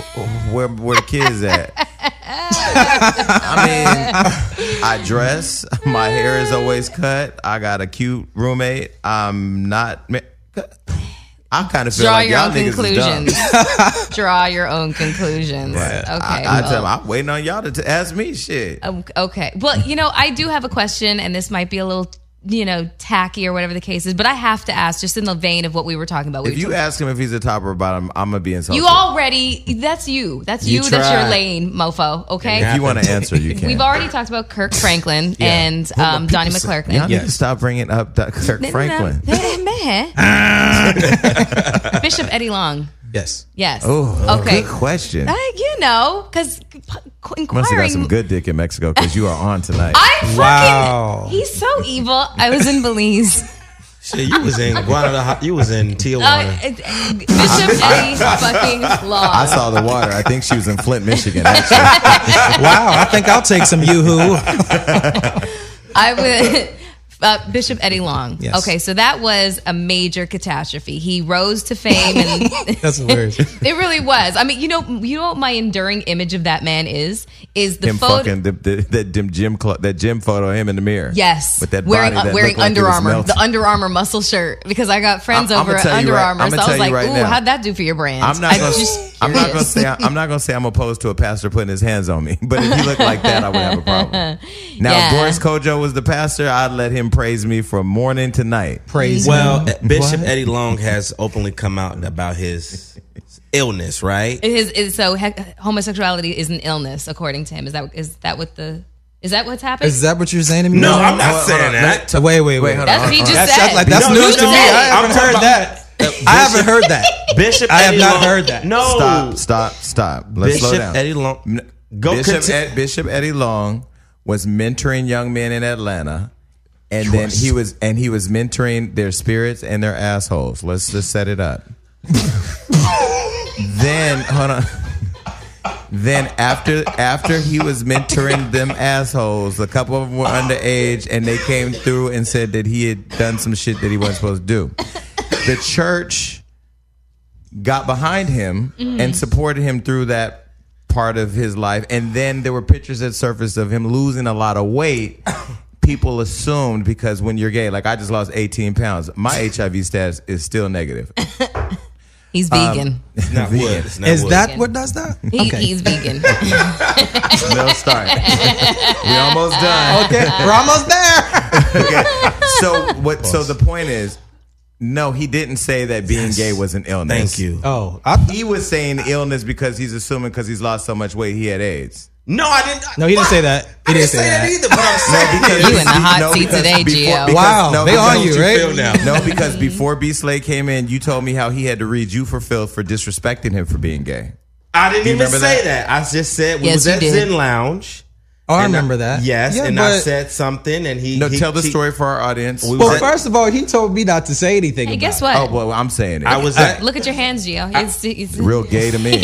where where the kids (laughs) at? I mean, I dress. My hair is always cut. I got a cute roommate. I'm not. I kind of feel Draw like your y'all own niggas is dumb. conclusions. Draw your own conclusions. (laughs) Okay. I, I well, tell 'em, I'm waiting on y'all to t- ask me shit. um, okay. Well, you know, I do have a question, and this might be a little, you know, tacky or whatever the case is, but I have to ask, just in the vein of what we were talking about. We if were you ask him if he's a top or bottom, I'm gonna be insulted. you already, that's you. That's you. You that's your tried. lane, mofo. Okay. If you (laughs) want to answer, you can. We've already talked about Kirk Franklin and um, Donnie McClurkin. (laughs) Y'all need to Yes. stop bringing up Doc- Kirk Franklin. Meh. Bishop Eddie Long. yes, Yes. Oh, okay. Good question. Uh, you know, because Must have got inquiring. some good dick in Mexico because you are on tonight. I fucking. Wow. He's so evil. I was in Belize. Shit, you was (laughs) in Guadalajara. You was in Uh, Tijuana. it- (laughs) it- Bishop Eddie fucking I Long. saw the water. I think she was in Flint, (laughs) Michigan. Actually, wow! I think I'll take some yoo-hoo. (laughs) I would. Uh, Bishop Eddie Long. Yes. Okay, so that was a major catastrophe. He rose to fame, and (laughs) That's hilarious. it really was. I mean, you know, you know what my enduring image of that man is is the him photo. fucking the, the, that dim gym clo- that gym photo of him in the mirror. Yes, with that wearing body that wearing looked like it Under was Armour, melted. the Under Armour muscle shirt, because I got friends I'm- I'ma over at tell you Under right- Armour, I'ma so I tell was you like, right "Ooh, now. how'd that do for your brand?" I'm not gonna. just I'm not gonna curious. say. I'm not gonna say I'm opposed to a pastor putting his hands on me. (laughs) But if he looked like that, I would have a (laughs) problem. Now, Yeah. if Boris Kojo was the pastor, I'd let him praise me from morning to night. Praise Well, him. Bishop What? Eddie Long has openly come out about his illness, right? His, is, so he- homosexuality is an illness, according to him. Is that is that what the is that what's happened? Is that what you're saying to me? No, right I'm now? not saying that. So wait, wait, wait. hold That's what he just That's, said. that's like that's No, news no, to no. me. I I'm haven't heard talking that. I haven't heard (laughs) that. Bishop. I have Eddie not Long- heard that. No. Stop! Stop! Stop! Let's slow Bishop down. Eddie Long. Go Bishop, conti- Ed- Bishop Eddie Long was mentoring young men in Atlanta, and then he was and he was mentoring their spirits and their assholes. (laughs) Let's just set it up. then hold on. Then after after he was mentoring them assholes, a couple of them were underage, and they came through and said that he had done some shit that he wasn't supposed to do. The church got behind him and supported him through that part of his life. And then there were pictures that surfaced of him losing a lot of weight. (coughs) People assumed because when you're gay, like I just lost 18 pounds, my HIV status is still negative. He's Um, vegan. It's not wood. It's not Is wood. that what does that? he, He's (laughs) vegan. No start. we almost done. Okay, we're almost (laughs) there. (laughs) So what? So the point is, no, he didn't say that being gay was an illness. Thank you. Oh, I th- He was saying illness because he's assuming because he's lost so much weight he had AIDS. No, I didn't. no, he didn't say that. He didn't say say that. that either. But I'm (laughs) saying because You in the hot seat because today, Gio. Wow, they because- on you, right? feel now. (laughs) No, because before B Slay came in, you told me how he had to read you for filth for disrespecting him for being gay. I didn't even remember say that? I just said we Yes, was you at did. Zen Lounge. Oh, I and remember that. Yes, Yeah, and I but- said something, and he. No, he- tell the he- story for our audience. We Well, was at- first of all, he told me not to say anything. hey, about guess it. what? oh well, I'm saying it. I (laughs) was at. (laughs) Look at your hands, Gio. It's, it's, real gay to me. (laughs) what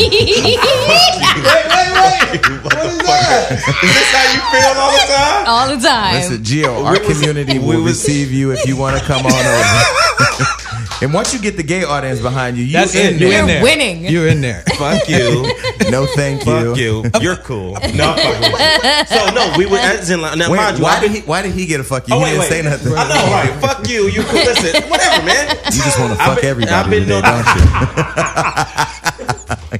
is that? Is this how you feel all the (laughs) time? (laughs) all the time. Listen, Gio, our community we will was- receive you if you want to come on over. (laughs) and once you get the gay audience behind you, you That's in it. there. You're in You're there. winning. You're in there. Fuck (laughs) you. No, thank Fuck you. you. (laughs) You're cool. No, I'm fucking with you. So no, we were at Zen Lounge. Now, Wait, mind you, why I've been- did he? Why did he get a fuck you? Oh, he wait, didn't wait. say nothing. I know, right? Fuck you. You cool. Listen, whatever, man. You just want to fuck been- everybody I've been today, known- (laughs) don't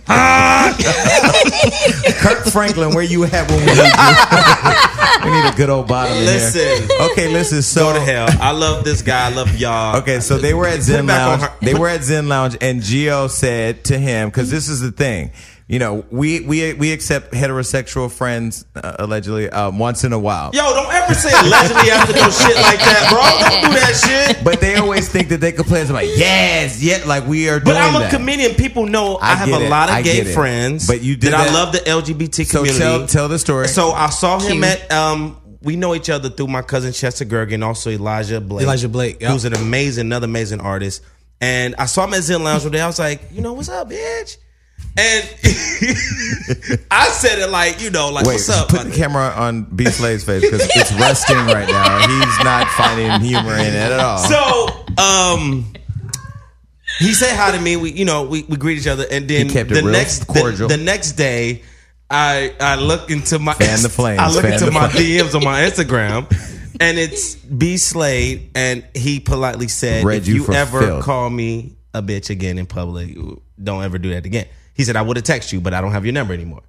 Ah. you? Kirk Franklin, where you at when we need you? we need a good old bottom in here. Listen. Okay, listen. So Go to hell. I love this guy. I love y'all. Okay, so they were at Zen back on Lounge. her- They were at Zen Lounge, and Gio said to him, because this is the thing, you know, we we we accept heterosexual friends uh, allegedly um, once in a while, Yo, don't ever say allegedly after no shit like that, bro. Don't do that shit. but they always think that they can play. Like, yes, yet, like we are. But doing I'm a that. comedian. People know I, I have get a it. lot of I gay get it. friends. But you did that. I that- love the LGBT So community. tell tell the story. So I saw him Cute. at um we know each other through my cousin Chester Gergen, also Elijah Blake. Elijah Blake, yeah. who's an amazing, another amazing artist. And I saw him at Zen Lounge one day. I was like, you know, what's up, bitch? And (laughs) I said it like, you know, like Wait, what's up? put my the camera on B Slade's face because it's resting right now. He's not finding humor in it at all. So, um, he said hi to me. We, you know, we, we greet each other, and then He kept it the real next the- cordial. The, next day, I I look into my Fan (laughs) the flames, I look fan into the my flames. DMs on my Instagram, and it's B Slade, and he politely said, Read "If you you, for ever filth." call me a bitch again in public, don't ever do that again." He said, "I would have texted you, but I don't have your number anymore."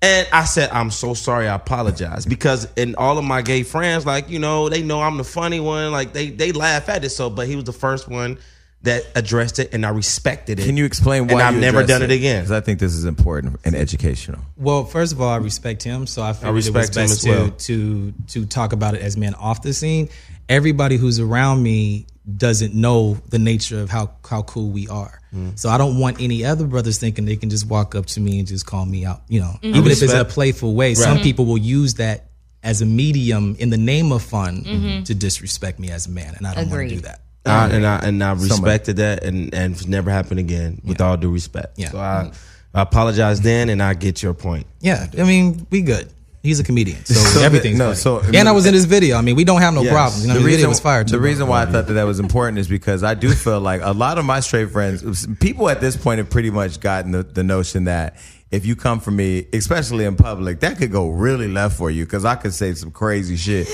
And I said, I'm so sorry. I apologize because in all of my gay friends, like you know, they know I'm the funny one. Like they they laugh at it. So, but he was the first one that addressed it, and I respected it. Can you explain why And I've you never addressed done it again. Because I think this is important and educational. Well, first of all, I respect him, so I figured respect it him was as best well. to to to talk about it as men off the scene. Everybody who's around me doesn't know the nature of how how cool we are. So I don't want any other brothers thinking they can just walk up to me and just call me out. You know, even if it's in a playful way, some people will use that as a medium in the name of fun to disrespect me as a man, and I don't want to do Agreed. that. I, and I and I respected that, and and it's never happened again. With all due respect, Yeah. So I, I apologize then, and I get your point. Yeah, I mean, we good. He's a comedian, so, (laughs) the- everything's no, funny. so- and I was in his video. I mean, we don't have no Yes. problems. You know, the video was fired. the reason why I thought that that was important is because I do feel like a lot of my straight friends, people at this point have pretty much gotten the, the notion that if you come for me, especially in public, that could go really left for you because I could say some crazy shit.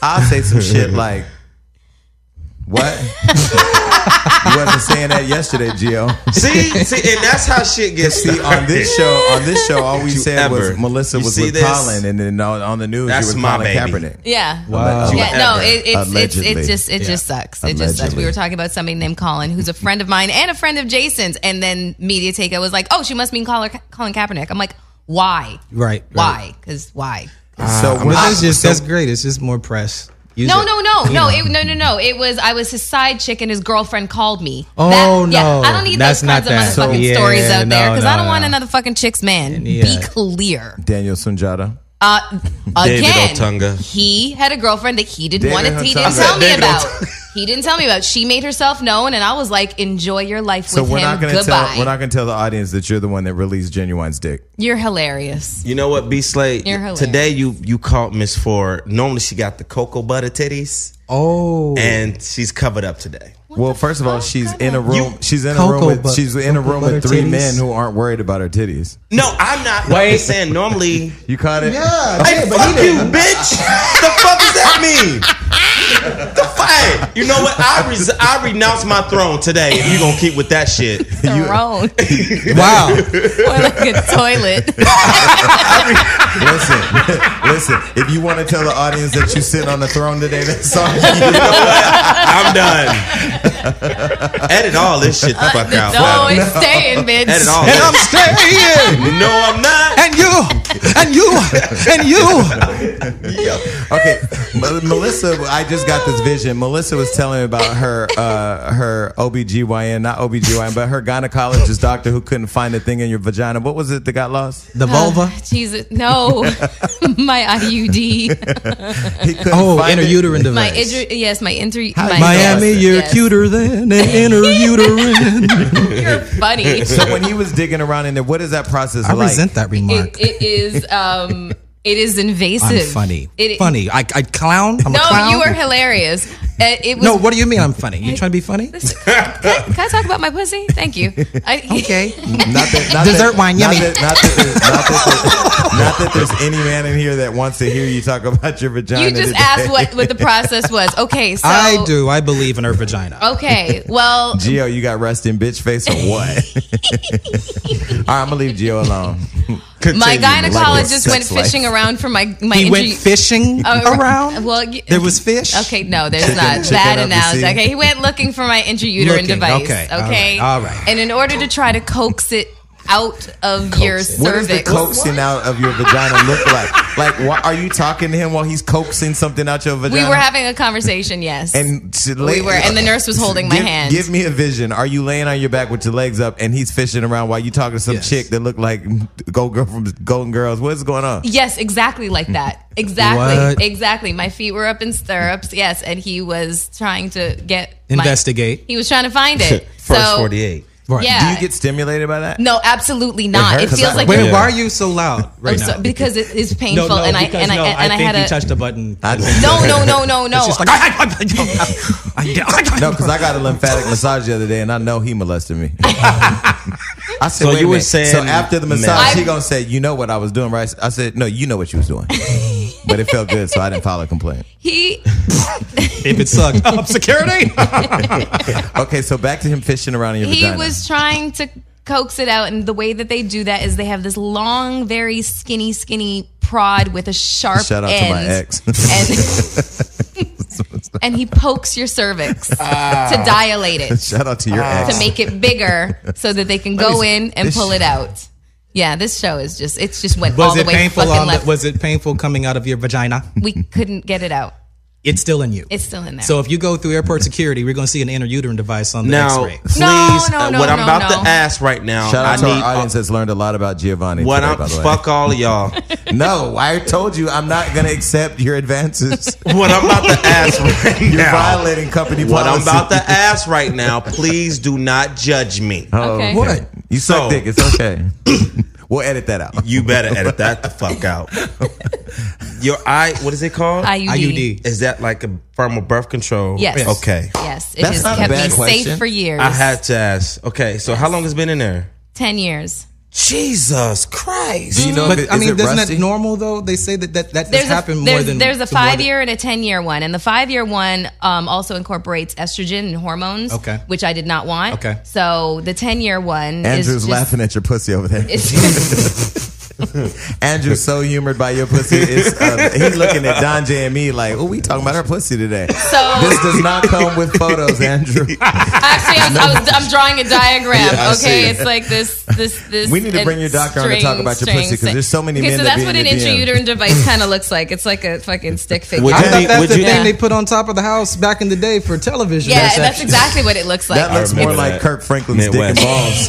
I'll say some shit (laughs) like, what? (laughs) you wasn't saying that yesterday, Gio. (laughs) See, see, and that's how shit (laughs) gets. See, on this show, on this show, all we you said ever. was Melissa You was see with this? Colin, and then on, on the news, That's you were my Colin baby. Kaepernick. Yeah. Wow. You Yeah, no, ever. it, it's, it's Allegedly. it just it just Yeah. sucks. It just sucks. Allegedly. We were talking about somebody named Colin, who's a friend of mine and a friend of Jason's, and then media takeout was like, "Oh, she must mean Colin, Colin Kaepernick." I'm like, "Why? Right, right. Why? Because why?" so when Ah, But I- that's just so- that's great. It's just more press. Use No, it. no, no, no, it, no, no, no. It was I was his side chick, and his girlfriend called me. Oh, no. I don't need That's those kinds not that. of motherfucking So, yeah, stories out there no, because I no, don't want no. another fucking chick's man. Yeah. Be clear. Daniel Sunjata. Uh, (laughs) David again, Otunga. he had a girlfriend that he didn't David want to. He didn't Otunga. tell me David about. (laughs) He didn't tell me about. it. She made herself known, and I was like, "Enjoy your life So with we're him. not gonna Goodbye." tell we're not gonna tell the audience that you're the one that released Genuine's dick. You're hilarious. You know what, B Slate? You're hilarious. Today you you caught Miss Ford. Normally she got the cocoa butter titties, Oh, and she's covered up today. well, first of all, fuck? she's I in a don't- room. she's in a Cocoa room with butt- she's in a cocoa room with butter three titties? men who aren't worried about her titties. No, I'm not. Wait. I'm just saying (laughs) normally. You caught it? yeah, Hey, fuck you, bitch! the fuck does that mean? the fight. You know what? I res- I renounce my throne today. If you gonna keep with that shit, Throne (laughs) wow. or like (laughs) a toilet. Listen, (laughs) listen. If you want to tell the audience that you sit on the throne today, that's on you. I'm done. Edit all this shit the fuck out. Uh, no, it's staying, bitch. Edit (laughs) all. and this. I'm staying. No, I'm not. (laughs) And you, and you, and you. Okay, M- Melissa. I just got this vision. Melissa was telling me about her uh, her OBGYN, not OBGYN, but her gynecologist doctor who couldn't find a thing in your vagina. What was it that got lost? The Uh, vulva. Jesus, no, (laughs) my (laughs) IUD, He couldn't Oh, find it. intrauterine my device. inter- yes, my inter. How my- you know Miami, Yes. you're Yes. cuter than an (laughs) intrauterine. You're (laughs) funny. it, So when he was digging around in there, what is that process I like? resent that remark. it is. Um, it is invasive. I'm funny. It, funny. I, I clown. I'm a No, clown. you are hilarious. Uh, It, it was. no, what do you mean I'm funny? You trying to be funny? (laughs) Can I talk about my pussy? Thank you. I, (laughs) Okay. Not that, not Dessert that, wine, not yummy. That, not, that there's, not, that there's, not that there's any man in here that wants to hear you talk about your vagina. You just today. asked what, what the process was. Okay, so oh, I do. I believe in her vagina. Okay, (laughs) well, Geo, you got rust in bitch face or what? (laughs) All right, I'm gonna leave Geo alone. my Continue, like your gynecologist went sex life. fishing around for my my he went injury- fishing uh, around. Well, y- there was fish. Okay, no, there's Chicken- not chicken that up the analogy. sea. Okay, he went looking for my intrauterine Looking, device. okay, Okay, all right, all right. And in order to try to coax it out of your it. What is the cervix, coaxing out of your vagina look like? Like, why, are you talking to him while he's coaxing something out your we vagina? were having a conversation. Yes, And she we lay- were, and the nurse was holding my give, hand. Give me a vision. Are you laying on your back with your legs up, and he's fishing around while you talking to some Yes. chick that look like Gold Girl from Golden Girls? What's going on? Yes, exactly like (laughs) that. Exactly. What? Exactly. My feet were up in stirrups. Yes, and he was trying to get my- Investigate. he was trying to find (laughs) it. First so, forty-eight. Right. Yeah. Do you get stimulated by that? No, absolutely not. hurts. It, feels I- like Wait, you're- why are you so loud right I'm so- now? because it is (laughs) no, painful, no, and I because and no, I I, and I, think had you a touched the button. I think no, (laughs) no, no, no, no. It's just like No, because I got a lymphatic massage the other day, and I know he molested (laughs) me. I said, So "Wait a you were minute." saying So after the massage, men. he gonna say, "You know what I was doing, right?" I said, "No, you know what you was doing." But it felt good, so I didn't file a complaint. he if it sucked. Up (laughs) security. Okay, so back to him fishing around in your he vagina. was trying to coax it out, and the way that they do that is they have this long, very skinny, skinny prod with a sharp Shout out end. to my ex. (laughs) and and he pokes your cervix Ah. to dilate it Shout out to your ex. to make it bigger so that they can me go see. in and This pull it out. Yeah, this show is just it's just went all Was the it way painful fucking on the, left. was it painful coming out of your vagina? we couldn't get it out. It's still in you. It's still in there. so if you go through airport security, we're going to see an intrauterine device on the Now, x-ray. please, no, uh, no, what I'm no, about no. to ask right now, Shout out Um, I to need uh, our audience that's learned a lot about Giovanni. what today, I'm by the way. fuck all (laughs) of y'all. (laughs) No, I told you I'm not gonna accept your (laughs) advances. what I'm about to ask (laughs) right You're now. violating company What I'm policy. about to ask right now, please do not judge me. Oh. Okay. What? You suck So- dick. It's (coughs) okay. we'll edit that out. You better edit that the fuck out. (laughs) Your I, what is it called? IUD. IUD. Is that like a form of birth control? Yes. Okay. Yes, it That's has not a kept me bad question. safe for years. I had to ask. Okay, so how long has it been in there? ten years. Jesus Christ. Do you know? But if it, I is mean, it doesn't rusty? that normal though? They say that that, that has There's a, happened there's, more than there's a to more than- five year and a ten year one, and the five year one um, also incorporates estrogen and hormones, Okay. which I did not want. Okay. so the ten year one Andrew's is just, laughing at your pussy over there. (laughs) It's, Andrew's so humored by your pussy. (laughs) It's, uh, he's looking at Don J and me like, "Oh, we talking about her pussy today." So- (laughs) this does not come with photos, (laughs) Andrew. actually, I was, I was, I'm drawing a diagram. Yeah, I okay, see. it's like this, this, this. We need to and bring your doctor on to string, talk about your string, pussy, 'cause string. there's so many Okay, men so that that's be what in an your DM. intrauterine device kind of looks like. It's like a fucking stick figure. Would I you- thought that's Would the you- thing Yeah. they put on top of the house back in the day for television. yeah, and that's exactly what it looks like. That looks more remember like that. Kirk Franklin's dick Midwest. (laughs)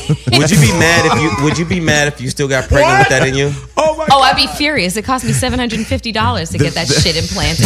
and balls. Would you be mad if you would you be mad if you still got pregnant with that in you? Oh (laughs) Oh my oh, I'd be furious. It cost me seven hundred and fifty dollars to get that shit (laughs) implanted.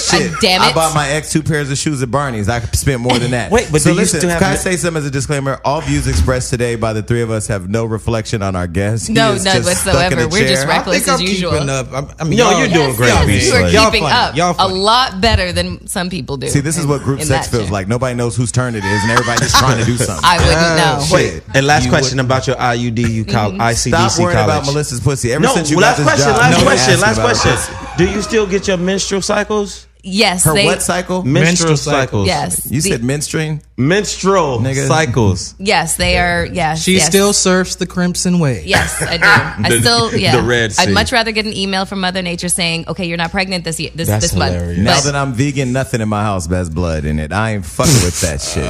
Shit. I, damn it! I bought my ex two pairs of shoes at Barney's. I spent more than that. (laughs) Wait, but so do you listen, still have can I the- say something as a disclaimer? All views expressed today by the three of us have no reflection on our guest. He No, is none just stuck in whatsoever. a We're just chair. reckless. I as think I'm usual. keeping up. I'm- I mean, No, y'all- you're doing Yes, great, yes, Beast. You are Like- Y'all keeping funny. up Y'all a funny. lot better than some people do. See, this is in- what group in sex that feels shit. like. Nobody knows whose turn it is, and everybody just trying to (laughs) do something. I wouldn't Ah, know. Wait, Mm-hmm. and last question about your IUD, you call ICDC Stop worrying college. about Melissa's pussy. Ever No, since you got last this question, job, last nobody question, asked last about question. pussy. Do you still get your menstrual cycles? Yes, Her they. what cycle? Menstrual, Menstrual cycles. cycles. Yes, You the- said menstruating. Menstrual Nigga. cycles. yes. They are. Yes, She yes. still surfs the crimson way. (laughs) Yes, I do. I (laughs) The- still, yeah. the Red Sea. I'd much rather get an email from Mother Nature saying, "Okay, you're not pregnant this year, this That's this month." hilarious. But- Now that I'm vegan, nothing in my house has blood in it. I ain't fucking with that shit.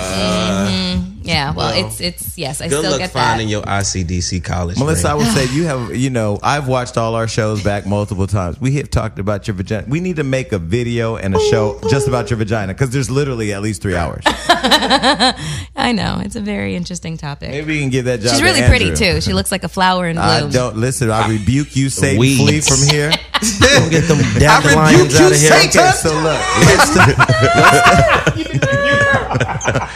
yeah, well, it's it's yes, I Good still luck get that. finding your ICDC college. Melissa, I ring. would say you have, you know, I've watched all our shows back multiple times. We have talked about your vagina. We need to make a video and a show just about your vagina because there's literally at least three (laughs) hours. I know it's a very interesting topic. Maybe we can give that job. She's to really Andrew. pretty too. She looks like a flower in bloom. (laughs) I don't listen. I rebuke you, Satan. Weeds. Flee from here. Don't get (laughs) them dandelions you, out of here. Satan. Okay, so look. Let's do- let's (laughs) do- I-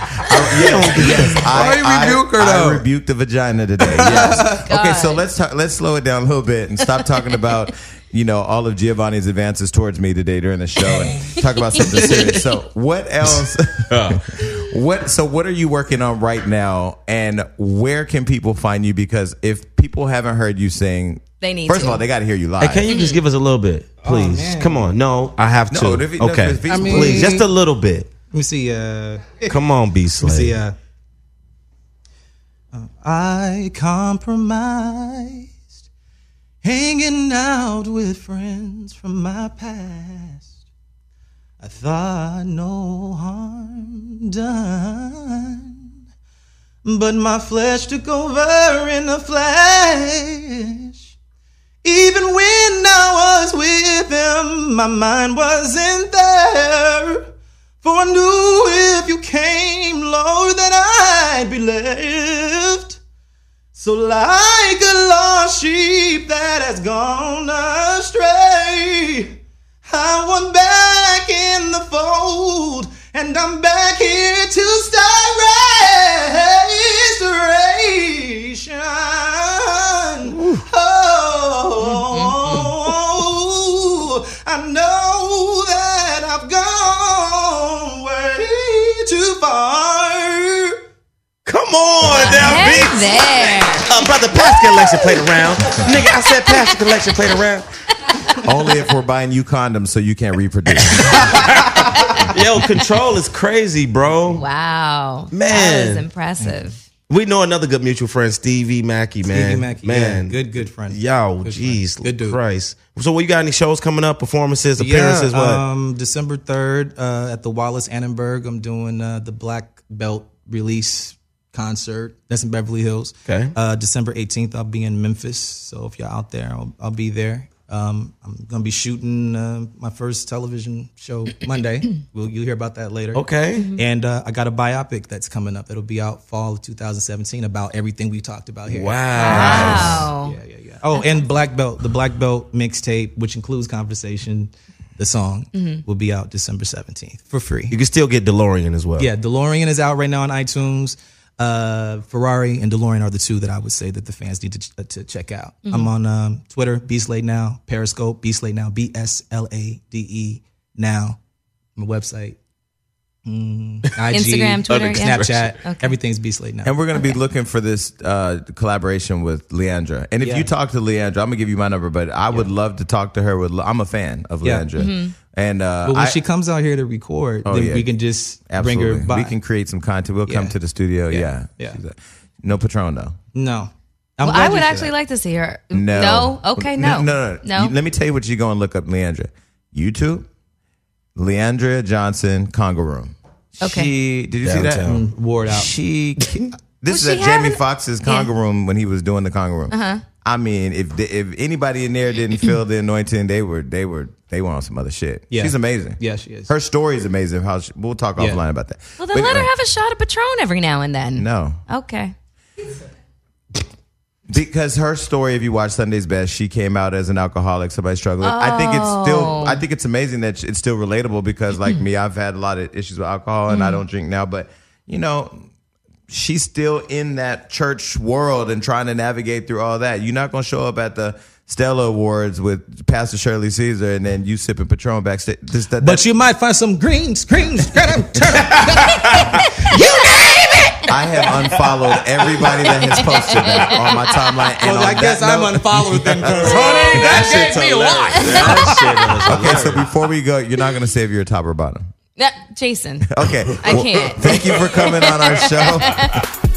yes, yes, I, Why you rebuke her, I- I though? rebuked the vagina today. Yes. okay, so God. let's talk, let's slow it down a little bit and stop talking about (laughs) you know all of Giovanni's advances towards me today during the show and talk about something serious. So what else? (laughs) what so what are you working on right now and where can people find you? Because if people haven't heard you sing, They need first to. of all they got to hear you live. Hey, can you Mm-hmm. just give us a little bit, please? man. Come on. No, I have Oh, No, to. if it- okay, if it's- I mean- please, just a little bit. (laughs) Let me see. Uh, let Come on, B me see. Slay. Uh, uh, I compromised, hanging out with friends from my past. I thought no harm done, but my flesh took over in a flash. Even when I was with him, my mind wasn't there. For I knew if you came, Lord, that I'd be left. So like a lost sheep that has gone astray, I went back in the fold, and I'm back here to start restoration. Oh, I know that I've gone way too far. Come on, now, Hey B. there. Uh, brother, pass the election plate around. Nigga, I said pass the election plate around. Only if we're buying you condoms so you can't reproduce. Yo, control is crazy, bro. Wow, that Man. is impressive. We know another good mutual friend, Stevie Mackey, man. Iggy Mackey, man. yeah, good, good friend. Yo, Good jeez, friend. Good dude. Christ. So, what you got? Any shows coming up? Performances, Yeah, appearances? what? um, December third uh, at the Wallace Annenberg, I'm doing uh, the Black Belt release concert. That's in Beverly Hills. Okay. Uh, December 18th, I'll be in Memphis. So if you're out there, I'll, I'll be there. Um, I'm gonna be shooting uh, my first television show (coughs) Monday. Will you hear about that later? okay. And uh, I got a biopic that's coming up. It'll be out fall of 2017 about everything we talked about here. Wow. Wow. Yeah, yeah, yeah. Oh, and Black Belt, the Black Belt mixtape, which includes conversation, the song Mm-hmm. will be out December seventeenth for You free. can still get DeLorean as well. Yeah, DeLorean is out right now on iTunes. Uh, Ferrari and DeLorean are the two that I would say that the fans need to, ch- to check out. Mm-hmm. I'm on um, Twitter, Beaslade Now, Periscope, Beaslade Now, B S L A D E Now. My website, mm, IG, (laughs) Instagram, Twitter, yeah. Snapchat, everything's Beaslade Now. And we're going to be looking for this uh, collaboration with Leandra. And if Yeah. you talk to Leandra, I'm going to give you my number, but I would love to talk to her. With Le- I'm a fan of Yeah. Leandra. Mm-hmm. And uh, But when I- Oh, she comes out here to record, then yeah. we can just absolutely. bring her by. we can create some content. We'll come Yeah. to the studio. Yeah. Yeah. She's a- no Patron, though. No. I'm Well, glad I you would said actually that. like to see her. No. Okay. No. No, no. no. No. You- let me tell you what you go and look up Leandra. YouTube, Leandra Johnson, Congo Room. Okay. She, did you see that? Downtown. ward out. (laughs) She. ki- This is she at Jamie having- Foxx's Conga Room when he was doing the Conga Room. Uh-huh. I mean, if the, if anybody in there didn't feel the anointing, they were they were they were on some other shit. Yeah. She's amazing. Yeah, she is. Her story is amazing. How she, we'll talk Yeah. offline about that. uh, Well, then let her have a shot of Patron every now and then. No, Okay. Because her story, if you watch Sunday's Best, she came out as an alcoholic, somebody struggling. I think it's still, I think it's amazing that it's still relatable because, like me, I've had a lot of issues with alcohol and I don't drink now, but you know, she's still in that church world and trying to navigate through all that. You're not going to show up at the Stella Awards with Pastor Shirley Caesar and then you sipping Patron backstage. This, that, But you might find some greens, greens, turn up, turn up. (laughs) I have unfollowed everybody that has posted that on my timeline. And Well, on (laughs) I guess that I'm note- unfollowed (laughs) then, 'cause, honey, That that, shit's gave me a hilarious. lot. That (laughs) shit is Okay, so before we go, you're not going to save your top or bottom. (laughs) That- Jason, Okay. I well, can't. (laughs) Thank you for coming on our show.